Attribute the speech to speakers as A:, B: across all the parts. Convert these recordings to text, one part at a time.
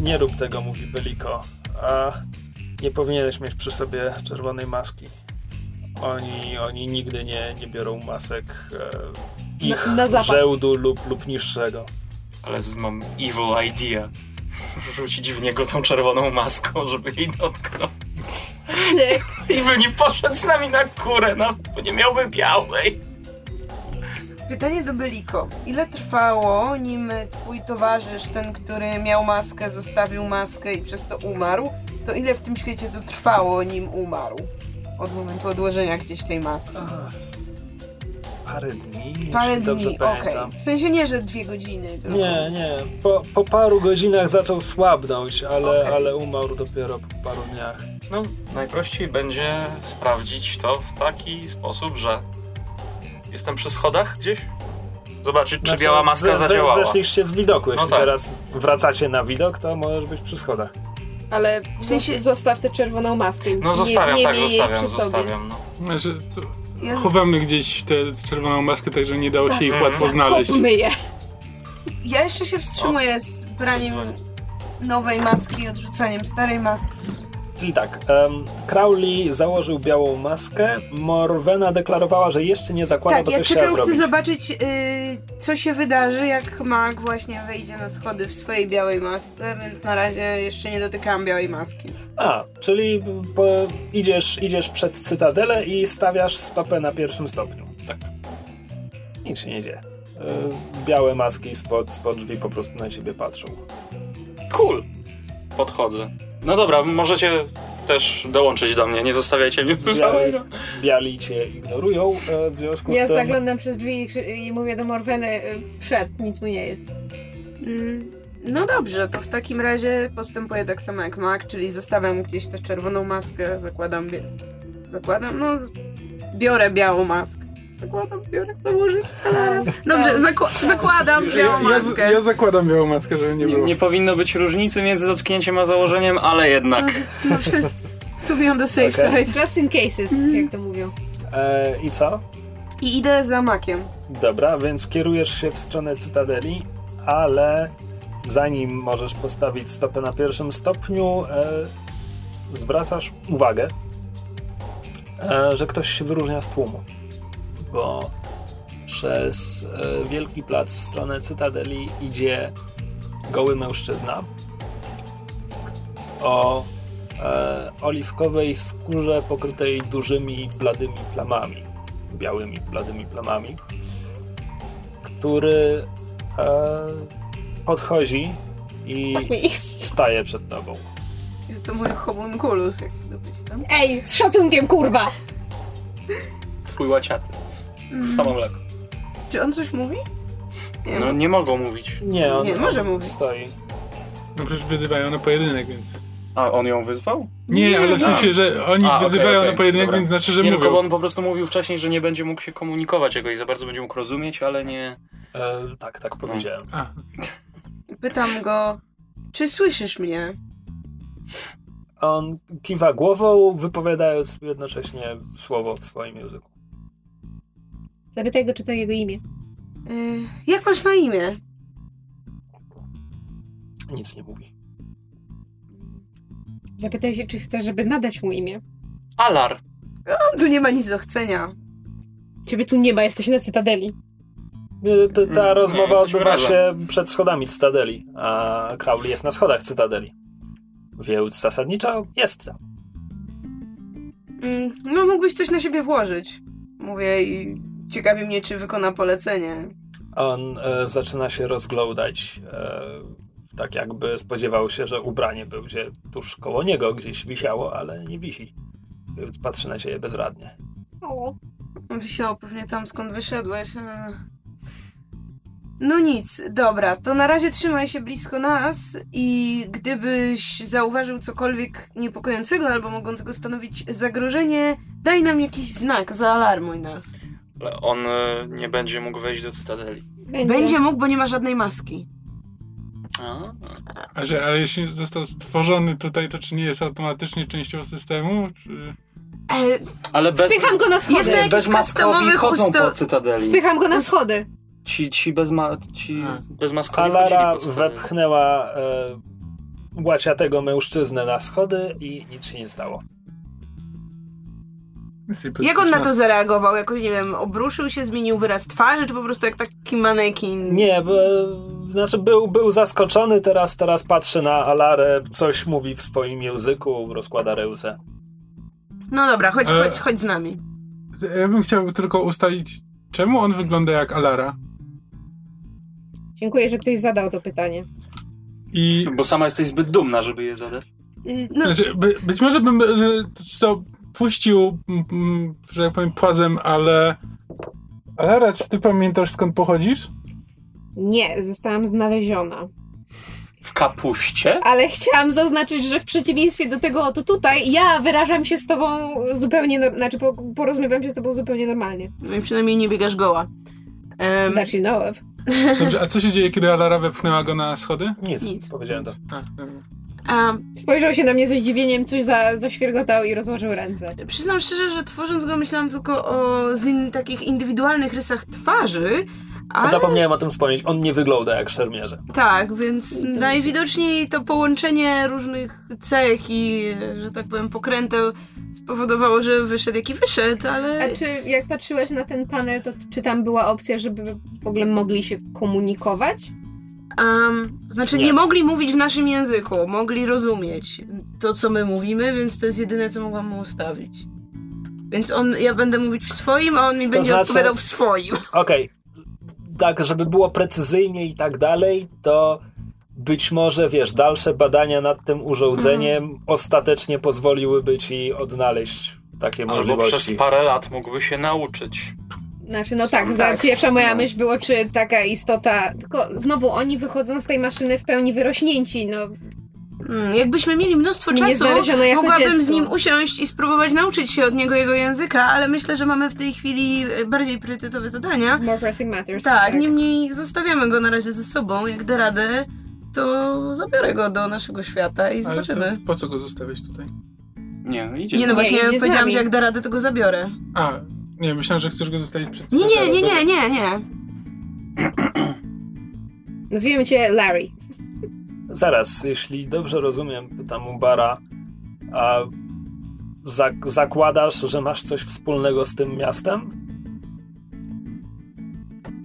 A: Nie rób tego, mówi Beliko. A nie powinieneś mieć przy sobie czerwonej maski. Oni, oni nigdy nie, nie biorą masek e, ich
B: Na- na zapas.
A: żełdu lub, lub niższego.
C: Ale z- mam evil idea. Rzucić w niego tą czerwoną maską, żeby jej dotknął.
B: Nie.
C: I by nie poszedł z nami na kurę, no, bo nie miałby białej.
D: Pytanie do Beliko. Ile trwało, nim twój towarzysz, ten, który miał maskę, zostawił maskę i przez to umarł? To ile w tym świecie to trwało, nim umarł? Od momentu odłożenia gdzieś tej maski.
A: Ach, Parę dni,
D: Parę
A: jeśli dobrze
D: dni, okej.
A: pamiętam.
D: W sensie nie, że dwie godziny. Tylko.
A: Nie, nie. Po, po paru godzinach zaczął słabnąć, ale,
D: Okej.
A: ale umarł dopiero po paru dniach.
C: No, najprościej będzie sprawdzić to w taki sposób, że jestem przy schodach gdzieś? Zobaczyć, czy
A: Znaczy,
C: biała maska
A: ze- ze-
C: zadziałała.
A: Zeszliście z widoku. Jeśli
C: No tak.
A: teraz wracacie na widok, to możesz być przy schodach.
B: Ale
D: W sensie-
B: zostaw tę czerwoną maskę.
C: No zostawiam,
B: nie, nie
C: tak,
B: miej jej
C: zostawiam,
B: przy sobie.
C: zostawiam. No.
E: Że Znaczy, to,
D: Ja-
E: chowamy gdzieś tę czerwoną maskę, tak żeby nie dało się ich łatwo znaleźć.
B: Kopmy je.
D: Ja jeszcze się wstrzymuję z braniem
C: Wyzwanie.
D: nowej maski i odrzucaniem starej maski.
A: Czyli tak, em, Crowley założył białą maskę, Morwena deklarowała, że jeszcze nie zakłada,
D: tak,
A: bo
D: ja
A: coś chciała
D: czekam,
A: zrobić.
D: chcę zobaczyć, y, co się wydarzy, jak Mag właśnie wejdzie na schody w swojej białej masce, więc na razie jeszcze nie dotykałam białej maski.
A: A, czyli po, idziesz, idziesz przed cytadelę i stawiasz stopę na pierwszym stopniu. Tak. Nic się nie dzieje. E, Białe maski spod, spod drzwi po prostu na ciebie patrzą.
C: Cool. Podchodzę. No dobra, możecie też dołączyć do mnie, nie zostawiajcie mnie tu samego.
A: Biali, biali cię ignorują, e, w związku
B: Ja
A: z tym...
B: zaglądam przez drzwi i, krzy- i mówię do Morweny, y, wszedł, nic mu nie jest.
D: Mm, No dobrze, to w takim razie postępuję tak samo jak Mag, czyli zostawiam gdzieś tę czerwoną maskę, zakładam, bie- zakładam, no z- biorę białą maskę. Zakładam, biorę, założyć. Dobrze, zaku- zakładam białą
E: Ja, z-
D: maskę.
E: ja zakładam białą maskę, żeby nie
C: Nie,
E: było.
C: nie powinno być różnicy między dotknięciem a założeniem, ale jednak.
D: No, prze- To be on the safe
A: Okej.
D: side.
B: Just in cases, jak to mówią.
A: E, I co?
D: I idę za makiem.
A: Dobra, więc kierujesz się w stronę cytadeli, ale zanim możesz postawić stopę na pierwszym stopniu, e, zwracasz uwagę, e, że ktoś się wyróżnia z tłumu, bo przez e, wielki plac w stronę cytadeli idzie goły mężczyzna o e, oliwkowej skórze pokrytej dużymi, bladymi plamami, białymi, bladymi plamami który e, podchodzi i staje przed tobą.
D: Jest to mój homunculus, jak się domyślam.
F: Ej, z szacunkiem, kurwa!
C: Twój łaciaty. Samo mleko.
D: Czy on coś mówi? Mm. Nie,
C: No nie mogą mówić.
A: Nie, on
D: Nie, może
A: on
D: mówić.
A: stoi.
E: No przecież wyzywają na pojedynek, więc...
C: A on ją wyzwał?
E: Nie, no. ale w
C: A.
E: sensie, że oni
C: A, okej,
E: wyzywają
C: okej,
E: na pojedynek,
C: dobra.
E: więc znaczy, że
C: Nie, tylko bo
E: mówią.
C: on po prostu mówił wcześniej, że nie będzie mógł się komunikować jakoś za bardzo, będzie mógł rozumieć, ale nie...
A: E, tak,
C: No.
A: tak powiedziałem.
E: A,
D: Pytam go, czy słyszysz mnie?
A: On kiwa głową, wypowiadając jednocześnie słowo w swoim języku.
F: Zapytaj go, czy to jego imię.
D: Y, jak masz na imię?
A: Nic nie mówi.
F: Zapytaj się, czy chce, żeby nadać mu imię.
C: Alar!
D: On No, tu nie ma nic do chcenia.
F: Ciebie tu nie ma, jesteś na Cytadeli.
A: Nie, to- ta
C: Nie,
A: rozmowa
C: Mm, no, jesteśmy
A: odbywa
C: razem.
A: się przed schodami Cytadeli, a Crowley jest na schodach Cytadeli. Więc zasadniczo jest tam.
D: Mm, no mógłbyś coś na siebie włożyć. Mówię i ciekawi mnie, czy wykona polecenie.
A: On e, zaczyna się rozglądać, e, tak jakby spodziewał się, że ubranie będzie tuż koło niego, gdzieś wisiało, ale nie wisi. Więc patrzy na ciebie bezradnie.
F: O.
D: Wisiało pewnie tam, skąd wyszedłeś. e. Ech. No nic, dobra, to na razie trzymaj się blisko nas i gdybyś zauważył cokolwiek niepokojącego albo mogącego stanowić zagrożenie, daj nam jakiś znak, zaalarmuj nas.
C: Ale on y, nie będzie mógł wejść do Cytadeli.
B: Będzie.
D: Będzie mógł, bo nie ma żadnej maski.
C: A,
E: a że, ale jeśli został stworzony tutaj, to czy nie jest automatycznie częścią systemu? Czy...
D: E,
C: Ale bez...
B: Wpycham go na schody.
D: Jest na jakichś
C: bezmaskowi
D: customowych
C: chodzą
D: usta-
C: po Cytadeli.
B: Wpycham go na schody.
C: Ci, ci, bezma... ci
E: A.
C: bezmaskowi chodzili
A: Alara
C: po Cytadeli.
A: wepchnęła e, łaciatego mężczyznę na schody i nic się nie stało.
D: Jak on na to zareagował? Jakoś, nie wiem, obruszył się, zmienił wyraz twarzy, czy po prostu jak taki manekin?
A: Nie, b- znaczy był, był zaskoczony, teraz, teraz patrzy na Alarę, coś mówi w swoim języku, rozkłada reusę.
D: No dobra, chodź,
E: E.
D: chodź, chodź z nami.
E: Ja bym chciał tylko ustalić, czemu on wygląda jak Alara?
F: Dziękuję, że ktoś zadał to pytanie.
E: I
C: Bo sama jesteś zbyt dumna, żeby je zadać.
D: Y, No,
E: Znaczy, by, być może bym e, to puścił, m, m, że tak powiem, płazem, ale... Ale Rac, ty pamiętasz skąd pochodzisz?
F: Nie, zostałam znaleziona.
C: W kapuście?
F: Ale chciałam zaznaczyć, że w przeciwieństwie do tego, to tutaj ja wyrażam się z tobą zupełnie, nor- znaczy po, porozmawiam się z tobą zupełnie normalnie. Znaczy, no,
D: no i przynajmniej nie biegasz goła. Em,
F: That you know of.
E: Dobrze, a co się dzieje, kiedy Alara wepchnęła go na schody?
A: Nic,
D: Nic.
A: powiedziałem to.
E: A, dobra.
D: a
F: Spojrzał się na mnie ze zdziwieniem, coś za, zaświergotał i rozłożył ręce.
D: Przyznam szczerze, że tworząc go myślałam tylko o zin- takich indywidualnych rysach twarzy, ale
A: Zapomniałem o tym wspomnieć, on nie wygląda jak szermierze.
D: tak, więc najwidoczniej to połączenie różnych cech i, że tak powiem, pokręteł spowodowało, że wyszedł jaki wyszedł, ale...
F: A czy jak patrzyłaś na ten panel, to czy tam była opcja, żeby w ogóle mogli się komunikować?
D: Am, znaczy nie.
A: Nie.
D: mogli mówić w naszym języku, mogli rozumieć to, co my mówimy, więc to jest jedyne, co mogłam mu ustawić. Więc on, ja będę mówić w swoim, a on mi będzie
A: znaczy-
D: odpowiadał w swoim.
A: Okej, tak, żeby było precyzyjnie i tak dalej, to być może, wiesz, dalsze badania nad tym urządzeniem
D: Mhm.
A: ostatecznie pozwoliłyby ci odnaleźć takie
C: Albo przez
A: możliwości.
C: parę lat mógłby się nauczyć.
F: Znaczy, no
D: Są
F: tak, za-
D: tak,
F: pierwsza moja
D: no.
F: myśl było, czy taka istota. Tylko znowu oni wychodzą z tej maszyny w pełni wyrośnięci. No,
D: Mm, jakbyśmy mieli mnóstwo
F: nie
D: czasu,
F: znaleziono jako
D: mogłabym
F: dziecko.
D: z nim usiąść i spróbować nauczyć się od niego jego języka, ale myślę, że mamy w tej chwili e, bardziej priorytetowe zadania.
F: More pressing matters.
D: Tak, niemniej zostawiamy go na razie ze sobą. Jak da radę, to zabiorę go do naszego świata i
E: Ale to
D: zobaczymy.
E: po co go zostawiać tutaj?
C: Nie, idzie.
D: Nie no,
F: Nie,
D: właśnie
F: idzie z
D: powiedziałam,
F: nami.
D: że jak da radę, to go zabiorę.
E: A, nie, myślałem, że chcesz go zostawić przed
D: Nie, nie,
E: Cezarem.
D: nie,
E: Dobra.
D: nie, nie, nie.
F: Nazwijmy cię Larry.
A: Zaraz, jeśli dobrze rozumiem, pytam u Bara, a zak zakładasz, że masz coś wspólnego z tym miastem?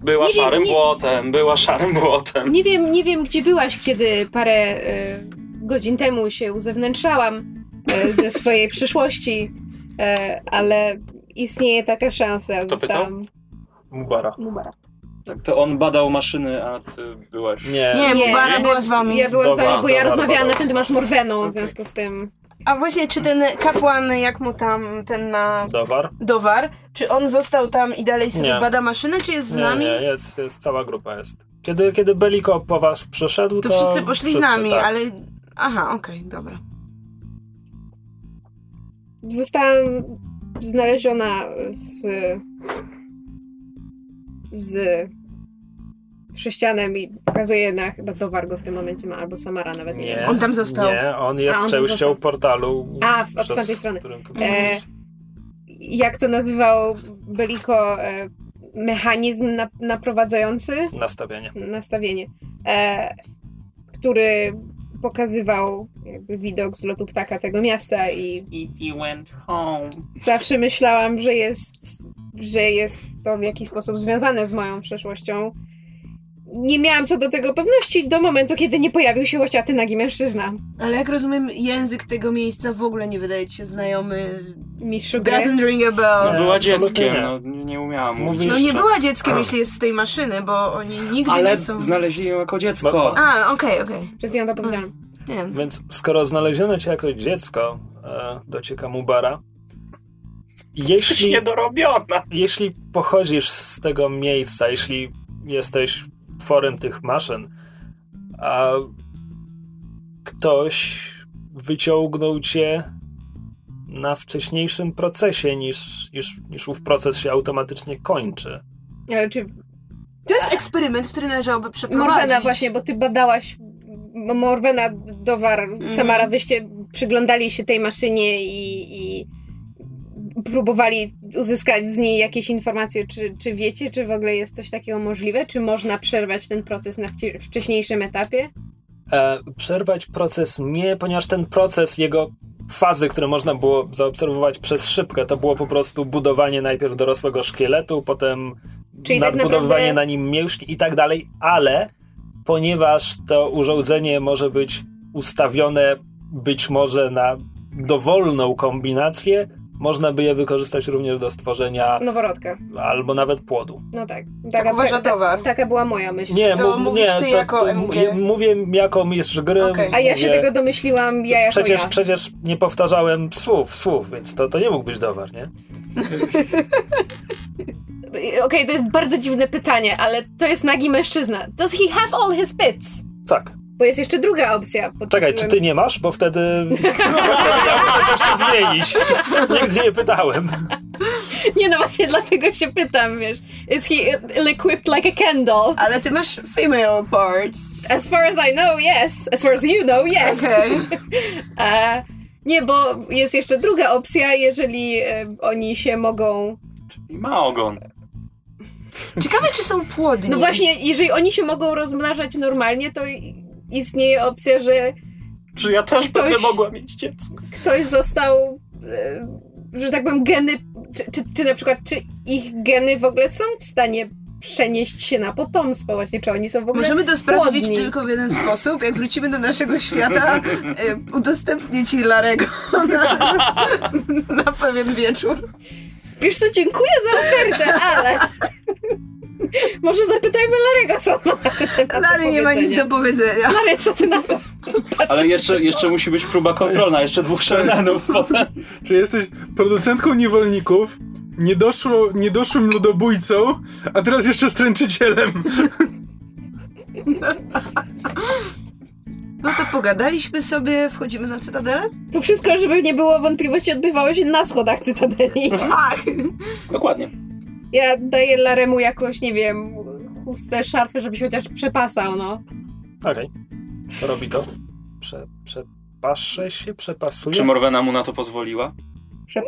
C: Była
F: Nie wiem,
C: szarym
F: nie-
C: błotem, była szarym błotem.
F: Nie wiem, nie wiem, gdzie byłaś, kiedy parę e, godzin temu się uzewnętrzałam e, ze swojej przyszłości, e, ale istnieje taka szansa.
C: Kto pytał?
F: Zostałam
A: U Bara.
F: Mubara.
G: Tak, to on badał maszyny, a ty byłaś.
A: Nie,
D: Nie,
F: Nie,
D: Mubara
F: ja-
D: była z wami.
F: Ja byłam
A: Dobra,
F: z wami, bo ja
A: dobra,
F: rozmawiałam
A: dobra.
F: na ten temat z Morweną,
G: Okej.
F: w związku z tym.
D: A właśnie, czy ten kapłan, jak mu tam, ten na
A: Dowar?
D: Dowar, czy on został tam i dalej sobie
A: Nie.
D: bada maszynę, czy jest z
A: Nie,
D: nami?
A: nie, jest, jest, cała grupa jest. Kiedy, kiedy Beliko po was przeszedł,
D: To
A: to...
D: wszyscy poszli z
A: wszyscy,
D: nami,
A: tak.
D: ale... Aha, okej, dobra.
F: zostałam znaleziona z z chrześcijanem i pokazuje na chyba towar go w tym momencie ma, albo Samara nawet nie,
A: Nie,
F: wiem.
D: On tam został.
A: Nie, on jest
F: A, on tam
A: częścią
F: został.
A: portalu.
F: A, w- od
A: przez
F: tamtej strony.
A: którym tu
F: E, jak to nazywał Beliko e, mechanizm na, naprowadzający
A: Nastawienie.
F: nastawienie, e, który pokazywał jakby widok z lotu ptaka tego miasta i
G: If you went home.
F: zawsze myślałam, że jest, że jest to w jakiś sposób związane z moją przeszłością. Nie miałam co do tego pewności do momentu, kiedy nie pojawił się łaciaty nagi mężczyzna.
D: Ale jak rozumiem, język tego miejsca w ogóle nie wydaje ci się znajomy.
F: Mistrzu gry.
D: Doesn't ring a
A: Nie,
C: No,
D: bell.
C: była
A: absolutnie
C: dzieckiem,
A: nie.
C: no nie, nie umiałam
A: Mówisz-
C: mówić.
D: No nie
C: jeszcze.
D: była dzieckiem, jeśli jest z tej maszyny, bo oni nigdy
G: Ale
D: nie są...
G: znaleźli ją jako dziecko.
D: A, okej, okej.
F: Przed chwilą to powiedziałam.
D: Nie wiem.
A: Więc skoro znaleziono cię jako dziecko, e, docieka mu bara.
G: Jesteś
A: Jeśli,
G: niedorobiona.
A: jeśli pochodzisz z tego miejsca, jeśli jesteś tworem tych maszyn, a ktoś wyciągnął cię na wcześniejszym procesie niż, niż, niż ów proces się automatycznie kończy.
F: Ale czy
D: To jest eksperyment, który należałoby przeprowadzić.
F: Morwena właśnie, bo ty badałaś M- Morwena Dowar,
D: Mhm.
F: Samara, wyście przyglądali się tej maszynie i, i próbowali uzyskać z niej jakieś informacje. Czy, czy wiecie, czy w ogóle jest coś takiego możliwe? Czy można przerwać ten proces na wci- wcześniejszym etapie?
A: e, przerwać proces nie, ponieważ ten proces, jego fazy, które można było zaobserwować przez szybkę, to było po prostu budowanie najpierw dorosłego szkieletu, potem
F: Czyli tak
A: nadbudowywanie
F: naprawdę-
A: na nim mięśni i tak dalej, ale ponieważ to urządzenie może być ustawione być może na dowolną kombinację, można by je wykorzystać również do stworzenia
F: Noworodka.
A: albo nawet płodu.
F: No tak.
D: Tak uważa
F: ta-
D: towar.
F: Taka była moja myśl.
A: Nie,
D: To
A: mów,
D: mówisz
A: nie
D: ty
A: to,
D: jako
A: to
D: MG.
A: ja Mówię jako mistrz gry.
D: Okej.
F: A ja się
A: mówię-
F: tego domyśliłam, ja jako
A: przecież,
F: ja.
A: przecież nie powtarzałem słów, słów, więc to, to nie mógł być dowar, nie?
F: Y, Okej, to jest bardzo dziwne pytanie, ale to jest nagi mężczyzna. Does he have all his bits?
A: Tak.
F: Bo jest jeszcze druga opcja. pod
A: Czekaj, czy
F: tytułem-
A: ty nie masz? Bo wtedy, wtedy ja muszę coś tu zmienić. Nigdy nie pytałem.
F: Nie no, właśnie dlatego się pytam, wiesz. Is he ill equipped like a candle?
D: Ale ty masz female parts.
F: As far as I know, yes. As far as you know, yes.
D: Okej.
F: E, nie, bo jest jeszcze druga opcja, jeżeli e, oni się mogą.
G: I ma ogon.
D: Ciekawe, czy są płodni.
F: No właśnie, jeżeli oni się mogą rozmnażać normalnie, to i- istnieje opcja, że
G: Czy ja też
F: Ktoś-
G: będę mogła mieć dziecko?
F: ktoś został, e, że tak powiem, geny. Czy, czy, czy na przykład, czy ich geny w ogóle są w stanie przenieść się na potomstwo, właśnie, czy oni są w ogóle.
D: Możemy to sprawdzić
F: płodni.
D: tylko w jeden sposób. Jak wrócimy do naszego świata, y, udostępnię ci Larego na, na pewien wieczór.
F: Wiesz co, dziękuję za ofertę, ale. Może zapytajmy Larego, co on ma na ten temat. do
D: Lary nie ma nic
F: powiedzenia.
D: do powiedzenia.
F: Lary, co ty na to?
G: Ale jeszcze, jeszcze musi być próba kontrolna, jeszcze dwóch szamanów potem.
E: Czy jesteś producentką niewolników, niedoszło, niedoszłym ludobójcą, a teraz jeszcze stręczycielem?
D: No to pogadaliśmy sobie, wchodzimy na cytadelę?
F: To wszystko, żeby nie było wątpliwości, odbywało się na schodach Cytadeli.
D: Tak!
G: Dokładnie.
F: Ja daję Laremu jakąś, nie wiem, chustę, szarfę, żeby się chociaż przepasał, no.
A: Okej. Robi to. Prze, przepaszę się, przepasuję.
G: Czy Morwena mu na to pozwoliła?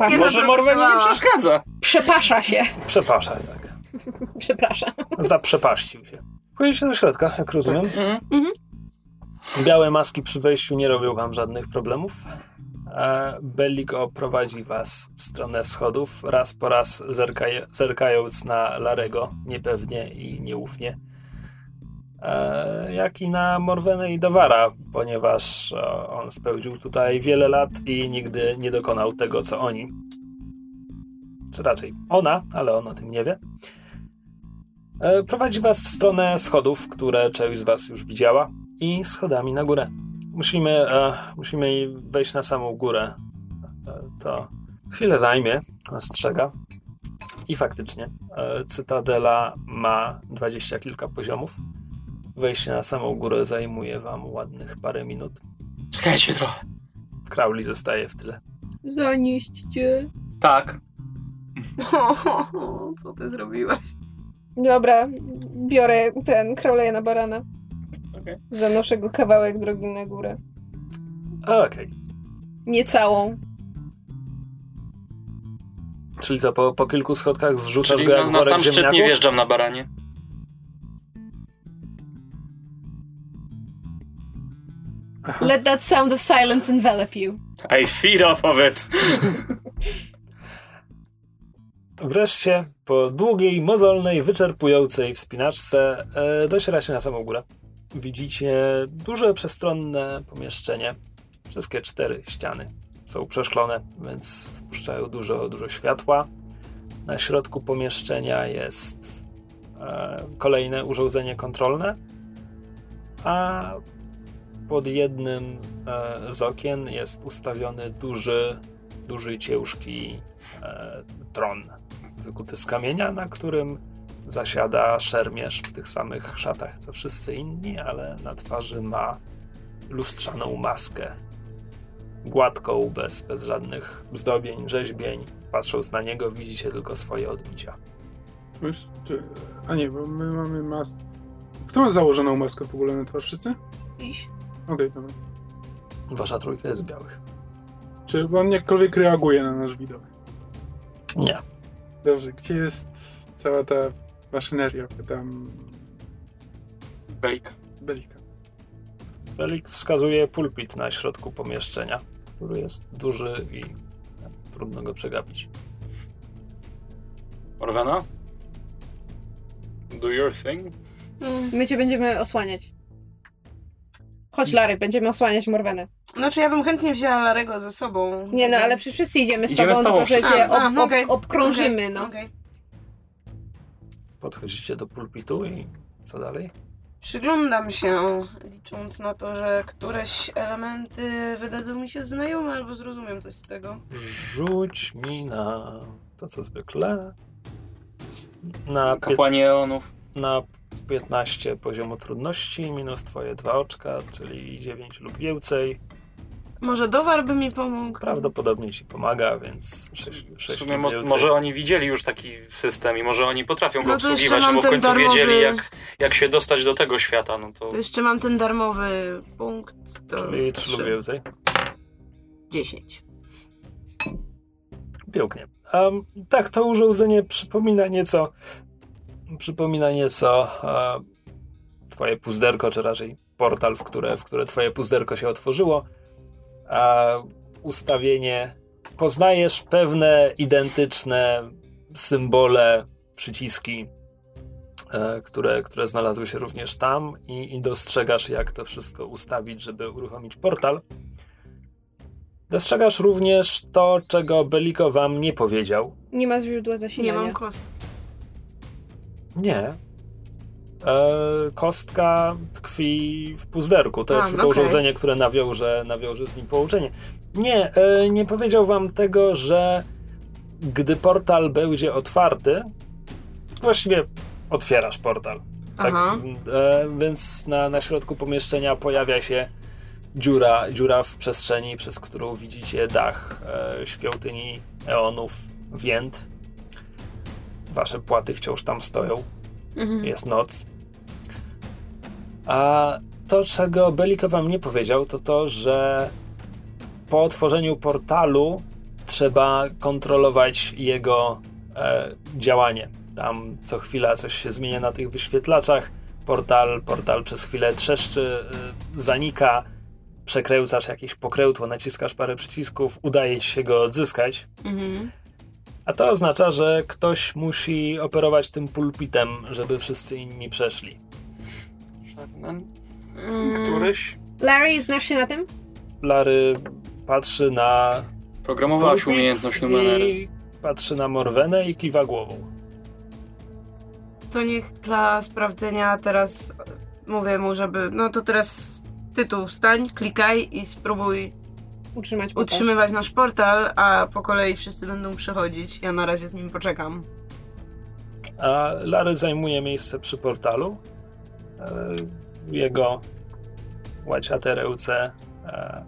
D: Nie
G: Może Morwena nie
D: zapracowała.
G: przeszkadza.
F: Przepasza się.
A: Przepaszę, tak.
F: Przepraszam.
A: Zaprzepaścił się. Pójdzie się do środka, jak rozumiem.
G: Mhm.
A: Białe maski przy wejściu nie robią wam żadnych problemów. E, Bellico prowadzi was w stronę schodów, raz po raz zerkaje, zerkając na Larego niepewnie i nieufnie, e, jak i na Morwenę i Dawara, ponieważ e, on spełdził tutaj wiele lat i nigdy nie dokonał tego, co oni. Czy raczej ona, ale on o tym nie wie. E, Prowadzi was w stronę schodów, które część z was już widziała i schodami na górę. Musimy, e, musimy wejść na samą górę. E, to chwilę zajmie, ostrzega. I faktycznie, e, Cytadela ma dwadzieścia kilka poziomów. Wejście na samą górę zajmuje wam ładnych parę minut.
G: Czekajcie trochę.
A: Crowley zostaje w tyle.
F: Zanieście.
G: Tak.
D: O, co ty zrobiłaś?
F: Dobra, biorę ten Crowley'a na barana.
G: Okej.
F: Zanoszę go kawałek drogi na górę.
A: Okej,
F: Nie całą.
A: czyli co, po, po kilku schodkach zrzucasz
G: Czyli
A: go
G: na,
A: jak
G: na
A: worek
G: sam szczyt nie
A: ziemniaków?
G: wjeżdżam na baranie.
F: Let that sound of silence envelop you.
G: I fear of it.
A: Wreszcie, po długiej, mozolnej, wyczerpującej wspinaczce, e, dociera się na samą górę. Widzicie duże, przestronne pomieszczenie. Wszystkie cztery ściany są przeszklone, więc wpuszczają dużo, dużo światła. Na środku pomieszczenia jest e, kolejne urządzenie kontrolne, a pod jednym e, z okien jest ustawiony duży, duży i ciężki e, tron wykuty z kamienia, na którym zasiada szermierz w tych samych szatach co wszyscy inni, ale na twarzy ma lustrzaną maskę. Gładką, bez, bez żadnych zdobień, rzeźbień. Patrząc na niego, widzicie tylko swoje odbicia.
E: Już, czy, a nie, bo my mamy maskę. Kto ma założoną maskę w ogóle na twarz? Wszyscy?
D: Iś.
E: Okej, dobra.
A: Wasza trójka jest białych.
E: Czy on jakkolwiek reaguje na nasz widok?
A: Nie.
E: Dobrze, gdzie jest cała ta maszyneria? Pytam
G: Belika.
E: Belika.
A: Felik wskazuje pulpit na środku pomieszczenia, który jest duży i trudno go przegapić.
G: Morwena?
C: Do your thing.
F: My cię będziemy osłaniać. Chodź, Lary, będziemy osłaniać Morwenę.
D: Znaczy ja bym chętnie wzięła Larego ze sobą.
F: Nie no, ale przy wszyscy idziemy z
G: Idziemy
F: tobą,
G: z tobą
F: tylko że
G: wszyscy.
F: cię
D: A, a,
F: ob, ob,
D: okej.
F: obkrążymy,
D: Okej,
F: no.
D: okej.
A: Podchodzicie do pulpitu i co dalej?
D: Przyglądam się, licząc na to, że któreś elementy wydadzą mi się znajome albo zrozumiem coś z tego.
A: Rzuć mi na to, co zwykle. Na, pie-
G: Kapłanie Eonów.
A: na 15 poziomu trudności minus twoje dwa oczka, czyli 9 lub więcej.
D: Może Dowar by mi pomógł.
A: Prawdopodobnie ci pomaga, więc 6,
C: W
A: 6
C: sumie
A: lub
C: mo-
A: więcej.
C: może oni widzieli już taki system i może oni potrafią go
D: No to jeszcze
C: obsługiwać,
D: mam
C: no bo w
D: ten
C: końcu
D: darmowy-
C: wiedzieli, jak, jak się dostać do tego świata. No to
D: To jeszcze mam ten darmowy punkt. To
A: Czyli 3 lub więcej.
D: 10.
A: Pięknie. Em, tak, to urządzenie przypomina nieco. Przypomina nieco e, Twoje puzderko, czy raczej portal, w które, w które Twoje puzderko się otworzyło. A ustawienie. Poznajesz pewne identyczne symbole, przyciski, e, które, które znalazły się również tam, i, i dostrzegasz, jak to wszystko ustawić, żeby uruchomić portal. Dostrzegasz również to, czego Beliko wam nie powiedział.
F: Nie ma źródła
D: Nie
F: zasilania.
D: mam kost.
A: Nie. E, kostka tkwi w puzderku. To
D: A, no
A: jest tylko
D: okej.
A: urządzenie, które nawiąże, nawiąże z nim połączenie. Nie, e, nie powiedział wam tego, że gdy portal będzie otwarty, właściwie otwierasz portal. Tak?
D: Aha.
A: E, więc na, na środku pomieszczenia pojawia się dziura, dziura w przestrzeni, przez którą widzicie dach e, świątyni eonów więt. Wasze płaty wciąż tam stoją.
F: Mhm.
A: Jest noc. A to, czego Beliko wam nie powiedział, to to, że po otworzeniu portalu trzeba kontrolować jego e, działanie. Tam co chwila coś się zmienia na tych wyświetlaczach. Portal, portal przez chwilę trzeszczy, y, zanika, przekręcasz jakieś pokrętło, naciskasz parę przycisków, udaje ci się go odzyskać.
D: Mhm.
A: A to oznacza, że ktoś musi operować tym pulpitem, żeby wszyscy inni przeszli.
G: Żaden?
C: Mm. któryś.
D: Mm.
F: Larry, znasz się na tym?
A: Lary patrzy na.
G: Programowałaś
A: pulpit
G: umiejętność numery.
A: i Patrzy na Morwenę i kiwa głową.
D: To niech dla sprawdzenia teraz e, mówię mu, żeby. No to teraz tytuł stań, klikaj i spróbuj
F: Utrzymać portal.
D: utrzymywać nasz portal, a po kolei wszyscy będą przechodzić. Ja na razie z nim poczekam.
A: A Lary zajmuje miejsce przy portalu. E, Jego łaciate ręce e,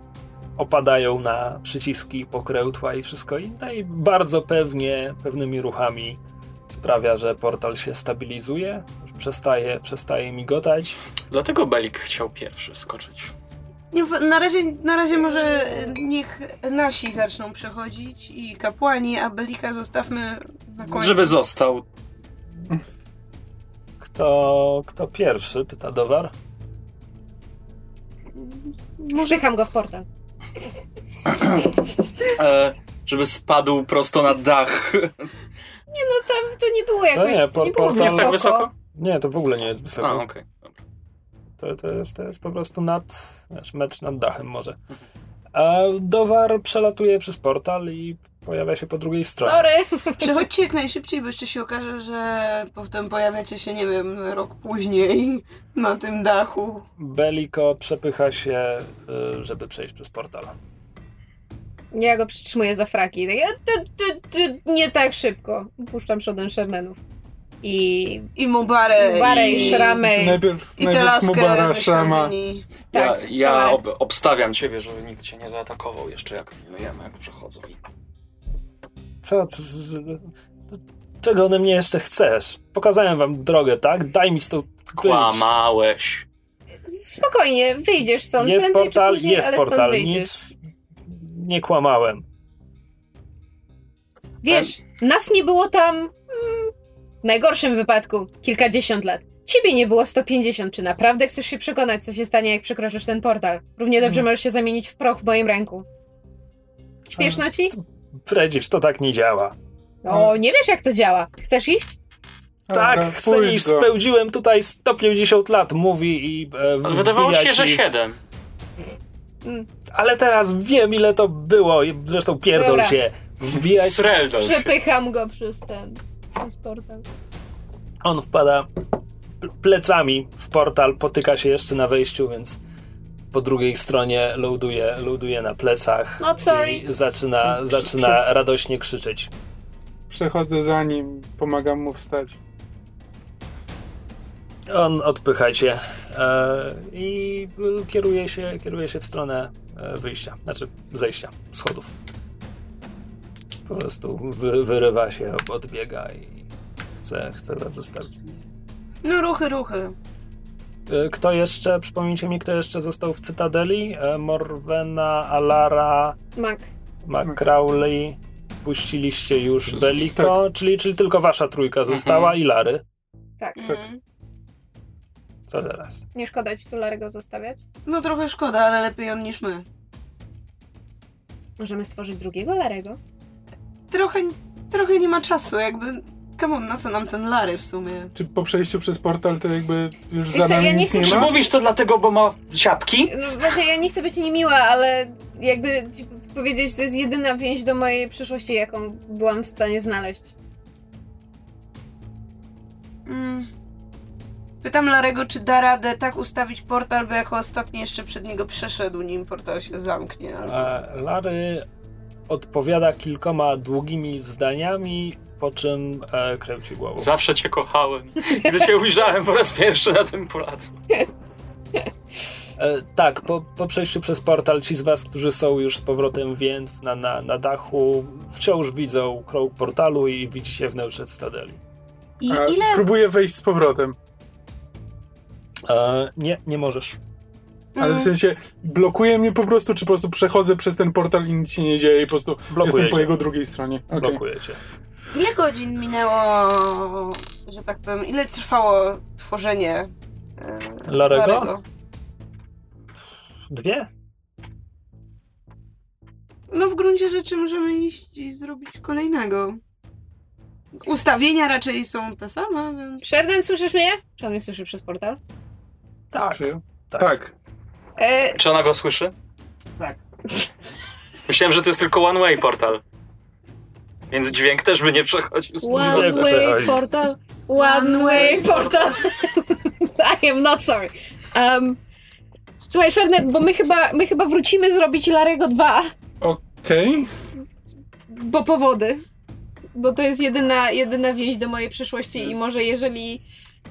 A: opadają na przyciski pokrętła i wszystko inne i bardzo pewnie, pewnymi ruchami sprawia, że portal się stabilizuje, przestaje, przestaje migotać.
C: Dlatego Belik chciał pierwszy wskoczyć.
D: Nie, w- Na razie, na razie może e, niech nasi zaczną przechodzić i kapłani, a Belika zostawmy na końcu.
G: Żeby został.
A: Kto, kto pierwszy? Pyta Dowar.
F: Przykam go w portal.
G: E, żeby spadł prosto na dach.
F: No Tam to nie było
A: jakoś-
F: jakoś,
A: nie,
F: nie,
A: po- nie było
F: było
A: portal-
F: wysoko.
A: wysoko.
C: Jest tak wysoko?
A: Nie, to w ogóle nie jest
G: Tak. A,
A: wysoko.
G: okej. Dobra.
A: To, to, jest, to jest po prostu nad, wiesz, metr nad dachem może. A Dowar przelatuje przez portal i pojawia się po drugiej stronie.
F: Sorry.
D: Przechodźcie jak najszybciej, bo jeszcze się okaże, że potem pojawiacie się, nie wiem, rok później na tym dachu.
A: Beliko przepycha się, y, żeby przejść przez portal.
F: Ja go przytrzymuję za fraki. Tak, ja, ty, ty, ty, nie tak szybko. Puszczam przodem Shernenów. I
D: I Mubarę.
F: barę i szramę.
E: Najpierw,
D: I tę
E: najpierw
D: laskę
E: Mubara,
D: ze
E: Szrama.
D: świątyni.
F: Tak,
G: ja ja
F: sorry.
G: ob, obstawiam ciebie, żeby nikt cię nie zaatakował jeszcze jak pilnujemy, jak przechodzą. I
A: Co? co z, z, czego ode mnie jeszcze chcesz? Pokazałem wam drogę, tak? Daj mi stąd wyjść.
G: Kłamałeś.
F: Spokojnie, wyjdziesz stąd.
A: Jest
F: prędzej
A: portal,
F: czy później,
A: jest
F: ale
A: portal.
F: stąd wyjdziesz.
A: Nic nie kłamałem.
F: Wiesz, nas nie było tam mm, w najgorszym wypadku kilkadziesiąt lat. Ciebie nie było 150. Czy naprawdę chcesz się przekonać, co się stanie, jak przekroczysz ten portal? Równie dobrze możesz się zamienić w proch w moim ręku. Śmieszno ci?
A: Fredzisz, to tak nie działa.
F: O, nie wiesz, jak to działa. Chcesz iść?
A: Tak,
E: Dobra,
A: chcę
E: pójdź
A: iść,
E: go.
A: spełdziłem tutaj 150 lat, mówi i... E, w-
C: Wydawało
A: wbija
C: się, że
A: ci-
C: 7.
A: Ale teraz wiem, ile to było, i zresztą pierdol
F: Dobra.
A: się. Wbijać
C: Sreldol się.
F: Przepycham go przez ten. Przez portal.
A: On wpada pl- plecami w portal, potyka się jeszcze na wejściu, więc po drugiej stronie loaduje, loaduje na plecach
F: No, sorry.
A: i zaczyna,
E: Przy-
A: zaczyna radośnie krzyczeć.
E: Przechodzę za nim, pomagam mu wstać.
A: On odpycha cię e, i e, kieruje się, kieruje się w stronę e, wyjścia, znaczy zejścia, schodów. Po prostu wy, wyrywa się, odbiega i chce, chce was zostawić.
D: No ruchy, ruchy.
A: E, Kto jeszcze, przypomnijcie mi, kto jeszcze został w Cytadeli? E, Morwena, Alara,
F: Mak.
A: McCrowley. Puściliście już
G: Wszystkich,
A: Beliko, czyli, czyli tylko wasza trójka została i Lary.
F: Tak.
D: Mhm.
A: Co teraz?
F: Nie szkoda ci tu Larego zostawiać?
D: No trochę szkoda, ale lepiej on niż my.
F: Możemy stworzyć drugiego Larego.
D: Trochę, trochę nie ma czasu, jakby... Come on, na co nam ten Lary w sumie?
E: Czy po przejściu przez portal to jakby już
F: Wiesz
E: za
F: co,
E: nami
F: ja nie
E: nic nie
F: chcę-
E: ma?
F: Czy
G: Czy mówisz to dlatego, bo ma siapki?
F: No, właśnie, ja nie chcę być niemiła, ale jakby ci powiedzieć, to jest jedyna więź do mojej przyszłości, jaką byłam w stanie znaleźć.
D: Mm. Pytam Larego, czy da radę tak ustawić portal, by jako ostatni jeszcze przed niego przeszedł, nim portal się zamknie. ale-
A: E, Lary odpowiada kilkoma długimi zdaniami, po czym e, kręci głową.
C: Zawsze cię kochałem. Gdy cię ujrzałem po raz pierwszy na tym placu.
A: E, tak, po, po przejściu przez portal ci z was, którzy są już z powrotem więdw na, na, na dachu, wciąż widzą krok portalu i widzicie wnętrze Cytadeli.
D: I
E: A
D: ile...
E: Próbuję wejść z powrotem,
A: E, nie, nie możesz.
E: ale
D: Mm.
F: Mm.
E: w sensie blokuje mnie po prostu, czy po prostu przechodzę przez ten portal i nic się nie dzieje i po prostu
A: Blokuje
E: jestem po
A: cię.
E: jego drugiej stronie. Okej.
A: Blokuje cię.
D: Ile godzin minęło, że tak powiem, ile trwało tworzenie e,
A: Larego? Dwie?
D: No w gruncie rzeczy możemy iść i zrobić kolejnego. Ustawienia raczej są te same, więc...
F: Sheridan, słyszysz mnie? Czy on mnie słyszy przez portal?
A: Tak.
E: Czy-
A: Tak.
E: tak.
F: E,
C: Czy ona go słyszy?
A: Tak.
C: Myślałem, że to jest tylko one way portal. Więc dźwięk też by nie przechodził. z
F: one
A: Dobrze,
F: way
A: oj.
F: portal. One way portal. I am not sorry. Um, słuchaj, Sheridan, bo my chyba, my chyba wrócimy zrobić Larego 2,
E: Okej.
F: bo powody. Bo to jest jedyna, jedyna więź do mojej przyszłości i może jeżeli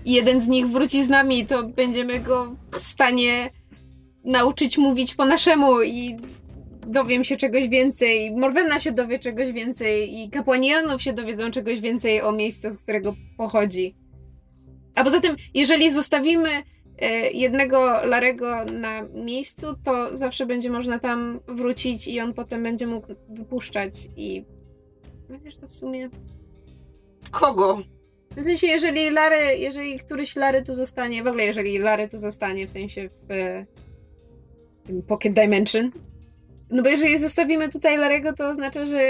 F: jeden z nich wróci z nami, to będziemy go w stanie nauczyć mówić po naszemu i dowiem się czegoś więcej. Morwenna się dowie czegoś więcej i kapłanianów się dowiedzą czegoś więcej o miejscu, z którego pochodzi. A poza tym, jeżeli zostawimy e, jednego Larego na miejscu, to zawsze będzie można tam wrócić i on potem będzie mógł wypuszczać i... Wiesz, to w sumie...
D: Kogo?
F: W sensie, jeżeli Lary, jeżeli któryś Lary tu zostanie, w ogóle jeżeli Lary tu zostanie, w sensie w e, tym Pocket Dimension, no bo jeżeli zostawimy tutaj Larego, to oznacza, że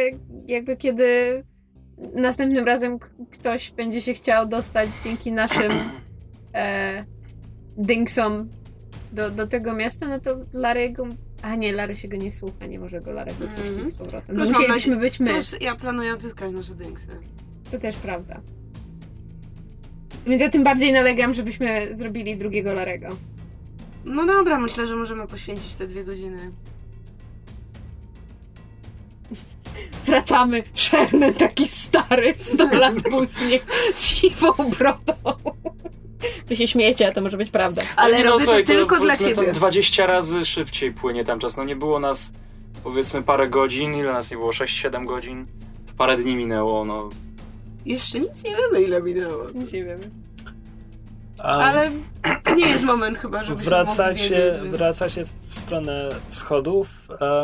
F: jakby kiedy następnym razem k- ktoś będzie się chciał dostać dzięki naszym e, dynksom do, do tego miasta, no to Larego... A nie, Lary się go nie słucha, nie może go Larego
D: Mhm.
F: puścić z powrotem.
D: Plus
F: No
D: mam
F: musielibyśmy być my.
D: Plus ja planuję odzyskać nasze dynksy.
F: To też prawda. Więc ja tym bardziej nalegam, żebyśmy zrobili drugiego Larego.
D: No dobra, myślę, że możemy poświęcić te dwie godziny.
F: Wracamy, Szerny taki stary, 100 lat później, z siwą brodą. Wy się śmiejecie, a to może być prawda.
D: Ale
C: no,
D: robię
C: słuchaj,
D: to tylko dla
C: powiedzmy,
D: ciebie.
C: Tam 20 razy szybciej płynie tam czas. No nie było nas powiedzmy parę godzin. Ile nas nie było? 6-7 godzin? To parę dni minęło, no.
D: Jeszcze nic nie wiemy, ile minęło.
F: Nie wiem.
A: A
D: Ale to nie jest moment chyba, żeby
A: wracacie,
D: wiedzieć, więc...
A: wracacie w stronę schodów.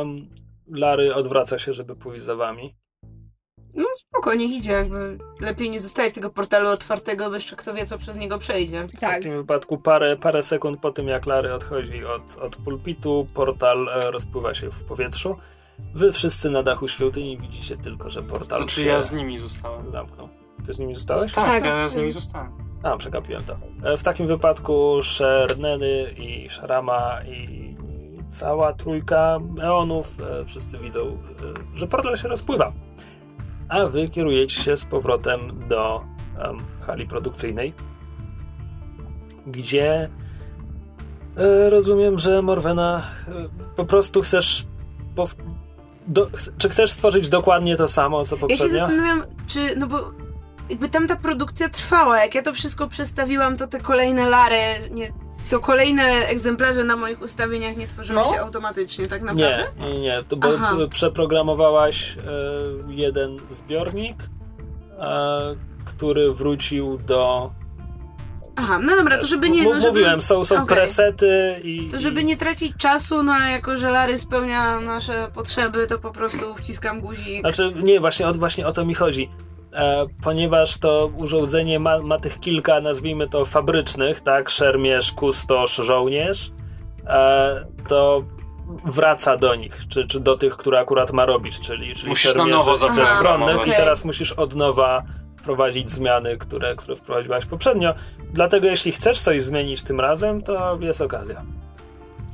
A: em, Lary odwraca się, żeby pójść za wami.
D: No spoko, niech idzie. Jakby lepiej nie zostawiać tego portalu otwartego, bo jeszcze kto wie, co przez niego przejdzie.
A: W
F: Tak.
A: takim wypadku parę, parę sekund po tym, jak Lary odchodzi od, od pulpitu, portal e, rozpływa się w powietrzu. Wy wszyscy na dachu świątyni widzicie tylko, że portal
C: Znaczy
A: się
C: ja z nimi zostałem.
A: zamknął. Ty z nimi zostałeś?
C: Tak,
F: Tak.
C: ja z nimi zostałem.
A: A, przegapiłem to. E, W takim wypadku Szerneny i Szarama i cała trójka Eonów e, wszyscy widzą, e, że portal się rozpływa. A wy kierujecie się z powrotem do em, hali produkcyjnej, gdzie e, rozumiem, że Morwena e, po prostu chcesz. Pow... Do... chc- Czy chcesz stworzyć dokładnie to samo, co
D: Ja się
A: poprzednio?
D: zastanawiam, czy. No bo jakby tam ta produkcja trwała. Jak ja to wszystko przestawiłam, to te kolejne lary. Nie, to kolejne egzemplarze na moich ustawieniach nie tworzyły
C: No.
D: się automatycznie, tak naprawdę?
A: Nie, nie, nie, to bo
D: Aha.
A: przeprogramowałaś e, jeden zbiornik, e, który wrócił do.
D: Aha, no dobra, to żeby nie.
A: M-
D: No, żeby,
A: mówiłem, są, są
D: okej.
A: presety i.
D: To żeby nie tracić czasu, no a jako że Lary spełnia nasze potrzeby, to po prostu wciskam guzik.
A: Znaczy, nie, właśnie o, właśnie o to mi chodzi. E, ponieważ to urządzenie ma, ma tych kilka, nazwijmy to, fabrycznych, tak? Szermierz, kustosz, żołnierz, e, to wraca do nich, czy, czy do tych, które akurat ma robić, czyli, czyli
C: Musisz na
A: szermierzy.
C: nowo
A: bezbronnych
C: zaprogramować.
D: okej.
A: i teraz musisz od nowa wprowadzić zmiany, które, które wprowadziłaś poprzednio. Dlatego jeśli chcesz coś zmienić tym razem, to jest okazja.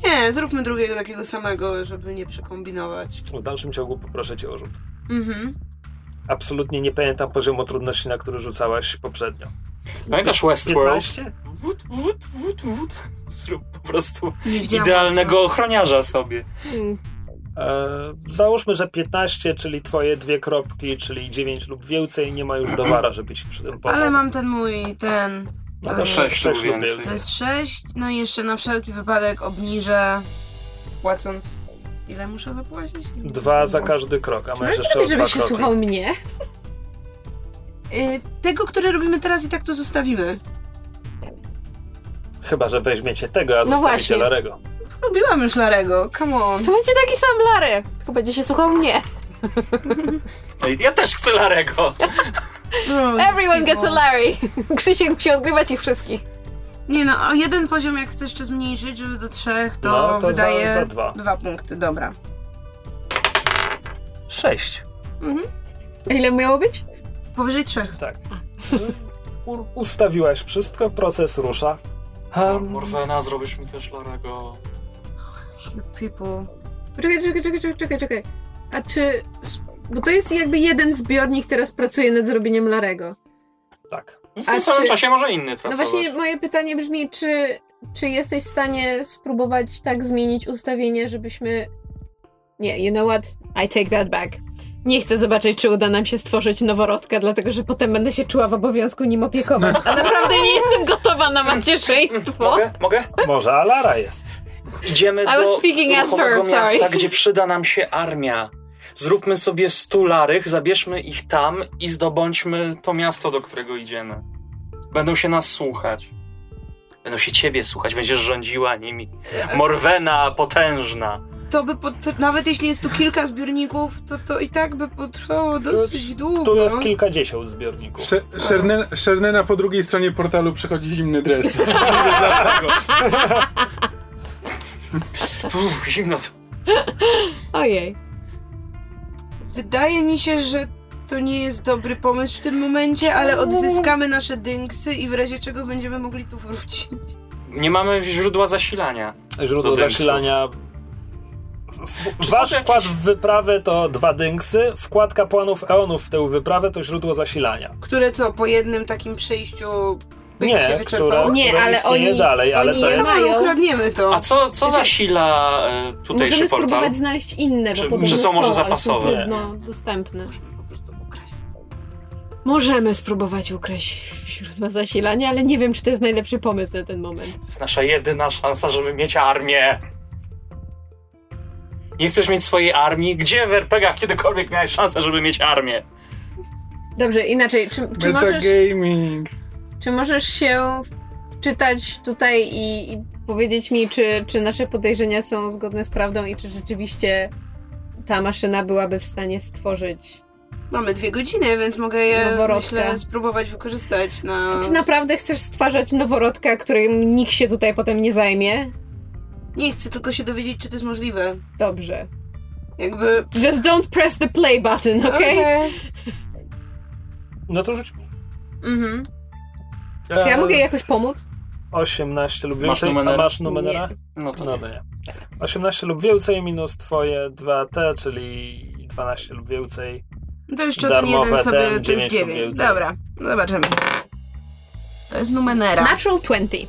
D: Nie, zróbmy drugiego takiego samego, żeby nie przekombinować.
A: W dalszym ciągu poproszę cię o rzut.
D: Mhm.
A: Absolutnie nie pamiętam poziomu trudności, na który rzucałaś poprzednio.
C: Pamiętasz Westworld?
A: 15?
C: Wód, wód, wód, wód. Zrób po prostu
D: Nie
C: idealnego ochroniarza sobie.
F: Mm.
A: E, załóżmy, że 15, czyli twoje dwie kropki, czyli 9 lub więcej, nie ma już dowara, żeby ci przy tym pomóc.
D: Ale mam ten mój, ten.
A: no to
D: tam
A: 6 lub
C: sześć lub
A: więcej.
D: To jest 6, no i jeszcze na wszelki wypadek obniżę. Płacąc. Ile muszę zapłacić?
A: Dwa za każdy krok, a
F: No
A: masz jeszcze o
F: Lepiej,
A: dwa
F: żebyś się
A: kroki.
F: słuchał mnie.
D: Y, tego, które robimy teraz, i tak to zostawimy.
A: Chyba, że weźmiecie tego, a
F: No
A: zostawicie
F: właśnie.
A: Larego.
D: Lubiłam już Larego, come on.
F: To będzie taki sam Lary, tylko będzie się słuchał mnie.
C: No i Ja też chcę Larego.
D: No,
F: Everyone gets a Larry. Krzysiek musi odgrywać ich wszystkich.
D: Nie no, a jeden poziom jak chcesz jeszcze zmniejszyć, żeby do trzech, to,
A: No, to
D: wydaje
A: za, za dwa.
D: dwa punkty, dobra.
A: 6.
F: A Ile miało być?
D: Powyżej trzech.
A: Tak. U- ustawiłaś wszystko, proces rusza. Em,
C: Morfena, zrobisz mi też Larego.
D: You people.
F: Czekaj, czekaj, czekaj, czekaj, czekaj, czekaj. A czy... Bo to jest jakby jeden zbiornik teraz pracuje nad zrobieniem Larego.
A: tak.
C: W
F: A
C: tym samym
F: czy-
C: czasie może inny
F: No
C: pracować.
F: właśnie moje pytanie brzmi, czy, czy jesteś w stanie spróbować tak zmienić ustawienie, żebyśmy... Nie, you know what? I take that back. Nie chcę zobaczyć, czy uda nam się stworzyć noworodka, dlatego że potem będę się czuła w obowiązku nim opiekować. A naprawdę nie jestem gotowa na macierzyństwo.
C: Mogę? Mogę?
A: Może Alara jest.
C: Idziemy
F: was
C: do
F: speaking as
C: ruchomego
F: her,
C: miasta,
F: sorry.
C: gdzie przyda nam się armia. Zróbmy sobie stu larych, zabierzmy ich tam i zdobądźmy to miasto, do którego idziemy. Będą się nas słuchać. Będą się ciebie słuchać, będziesz rządziła nimi. Morwena potężna.
D: To by pot... to nawet jeśli jest tu kilka zbiorników, to to i tak by potrwało dosyć długo.
A: Tu jest kilkadziesiąt zbiorników.
E: Sze- Szerne- Szernena po drugiej stronie portalu przechodzi zimny dreszcz.
C: Uff, zimno.
F: Ojej.
D: Wydaje mi się, że to nie jest dobry pomysł w tym momencie, ale odzyskamy nasze dynksy i w razie czego będziemy mogli tu wrócić.
C: Nie mamy źródła zasilania.
A: Źródło
C: Do dynksów.
A: zasilania. W- w-
C: Czy są
A: Wasz
C: jakieś-
A: wkład w wyprawę to dwa dynksy, wkład kapłanów eonów w tę wyprawę to źródło zasilania.
D: Które co, po jednym takim przejściu by się
A: Nie, które,
D: wyczerpało?
F: Nie,
A: które
F: ale
A: istnieje
F: oni-
A: dalej, ale
F: oni
A: to
F: je
A: jest...
F: mają.
D: No, ukradniemy to.
C: A co, co zasila e, tutejszy
F: Możemy
C: portal?
F: spróbować znaleźć inne, bo
C: Czy-
F: podobno
C: czy są może
F: ale
C: zapasowe?
F: trudno dostępne.
D: Możemy po prostu ukraść.
F: Możemy spróbować ukraść źródła zasilania, ale nie wiem, czy to jest najlepszy pomysł na ten moment.
C: To jest nasza jedyna szansa, żeby mieć armię. Nie chcesz mieć swojej armii? Gdzie w RPG-ach kiedykolwiek miałeś szansę, żeby mieć armię?
F: Dobrze, inaczej, czy,
E: tak
F: czy, możesz,
E: Metagaming.
F: czy możesz się wczytać tutaj i, i powiedzieć mi, czy, czy nasze podejrzenia są zgodne z prawdą i czy rzeczywiście ta maszyna byłaby w stanie stworzyć
D: Mamy dwie godziny, więc mogę je
F: Noworodka. Znaczy
D: myślę, spróbować wykorzystać na.
F: Czy naprawdę chcesz stwarzać noworodka, którym nikt się tutaj potem nie zajmie?
D: Nie chcę tylko się dowiedzieć, czy to jest możliwe.
F: Dobrze.
D: Jakby.
F: Just don't press the play button, okej?
A: No to rzuć.
D: Mhm.
F: Czy ja
A: e,
F: mogę jakoś pomóc?
A: 18 lub
G: Masz
A: więcej, a
G: numenera?
A: masz numenera?
G: No to
A: No
G: nie.
A: to nie. 18 lub więcej minus twoje 2T, czyli 12 lub więcej.
D: No To jeszcze ten
A: Darmowe
D: jeden sobie,
A: ten
D: to jest
A: dziewięć
D: dziewięć.
A: lub więcej.
D: Dobra, no zobaczymy. To jest
A: Tak.
D: numenera.
F: Natural 20.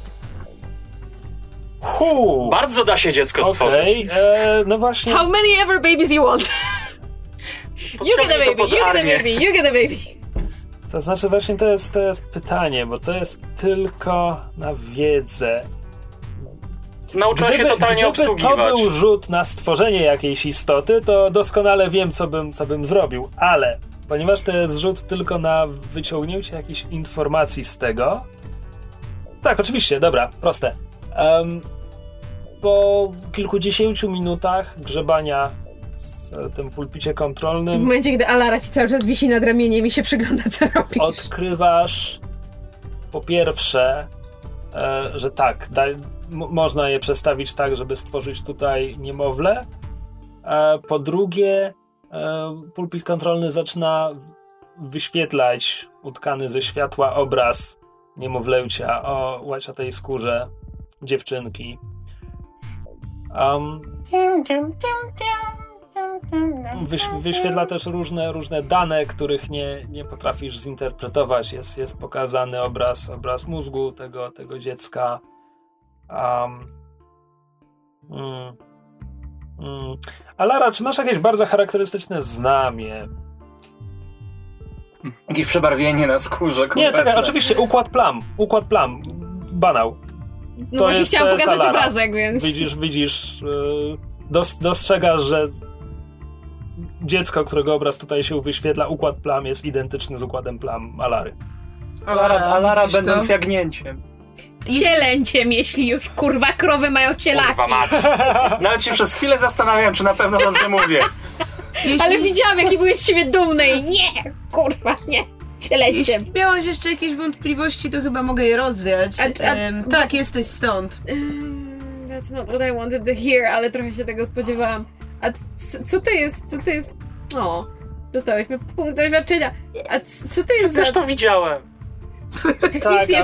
A: Hu!
C: Bardzo da się dziecko stworzyć.
A: Okej, e, no właśnie,
F: How many ever babies you want? You get a
C: Potrzebnie to
F: baby,
C: pod
F: you get a
C: armię.
F: baby, you get a baby.
A: to znaczy właśnie to jest, to jest pytanie, bo to jest tylko na wiedzę.
C: Nauczyła się totalnie
A: gdyby to
C: obsługiwać.
A: był rzut na stworzenie jakiejś istoty, to doskonale wiem, co bym, co bym zrobił, ale ponieważ to jest rzut tylko na wyciągnięcie jakichś informacji z tego. Tak, oczywiście, dobra, proste. Em, po kilkudziesięciu minutach grzebania w tym pulpicie
F: W
A: kontrolnym
F: momencie, gdy Alara ci cały czas wisi nad ramieniem i się przygląda, co robisz.
A: odkrywasz po pierwsze, e, że tak, da, m- można je przestawić tak, żeby stworzyć tutaj niemowlę. E, po drugie, e, pulpit kontrolny zaczyna wyświetlać utkany ze światła obraz niemowlęcia o łaciatej skórze dziewczynki. Em, Wyś, wyświetla też różne, różne dane, których nie, nie potrafisz zinterpretować. Jest, jest pokazany obraz, obraz mózgu tego, tego dziecka. Um, mm, mm. Alara, czy masz jakieś bardzo charakterystyczne znamie?
G: Jakieś przebarwienie na skórze.
A: Nie,
G: kompletne.
A: czekaj, oczywiście, układ plam. Układ plam. Banał.
F: No
A: to
F: właśnie
A: jest-
F: chciałam
A: to jest
F: pokazać
A: Alara.
F: obrazek, więc...
A: Widzisz, widzisz, yy, dos, dostrzegasz, że dziecko, którego obraz tutaj się wyświetla, układ plam jest identyczny z układem plam Alary.
G: Alara, Alara
D: widzisz to?
G: będąc jagnięciem.
F: Cielęciem, jeśli już kurwa krowy mają
C: Kurwa
F: cielaki.
C: mać. No
G: Nawet się przez chwilę zastanawiałem, czy na pewno dobrze mówię.
D: Jeśli,
F: Ale widziałam, jaki byłeś z siebie dumny i nie, kurwa, nie, cielęciem.
D: jeśli miałaś jeszcze jakieś wątpliwości, to chyba mogę je rozwiać.
F: A- a-
D: Em, tak, jesteś stąd.
F: Ehm, That's not what I wanted to hear, ale trochę się tego spodziewałam. A c- co to jest, co to jest... O, dostałyśmy punkt doświadczenia. A c- co to jest
C: Też
F: za...
C: to widziałem.
A: Tak,
F: Technicznie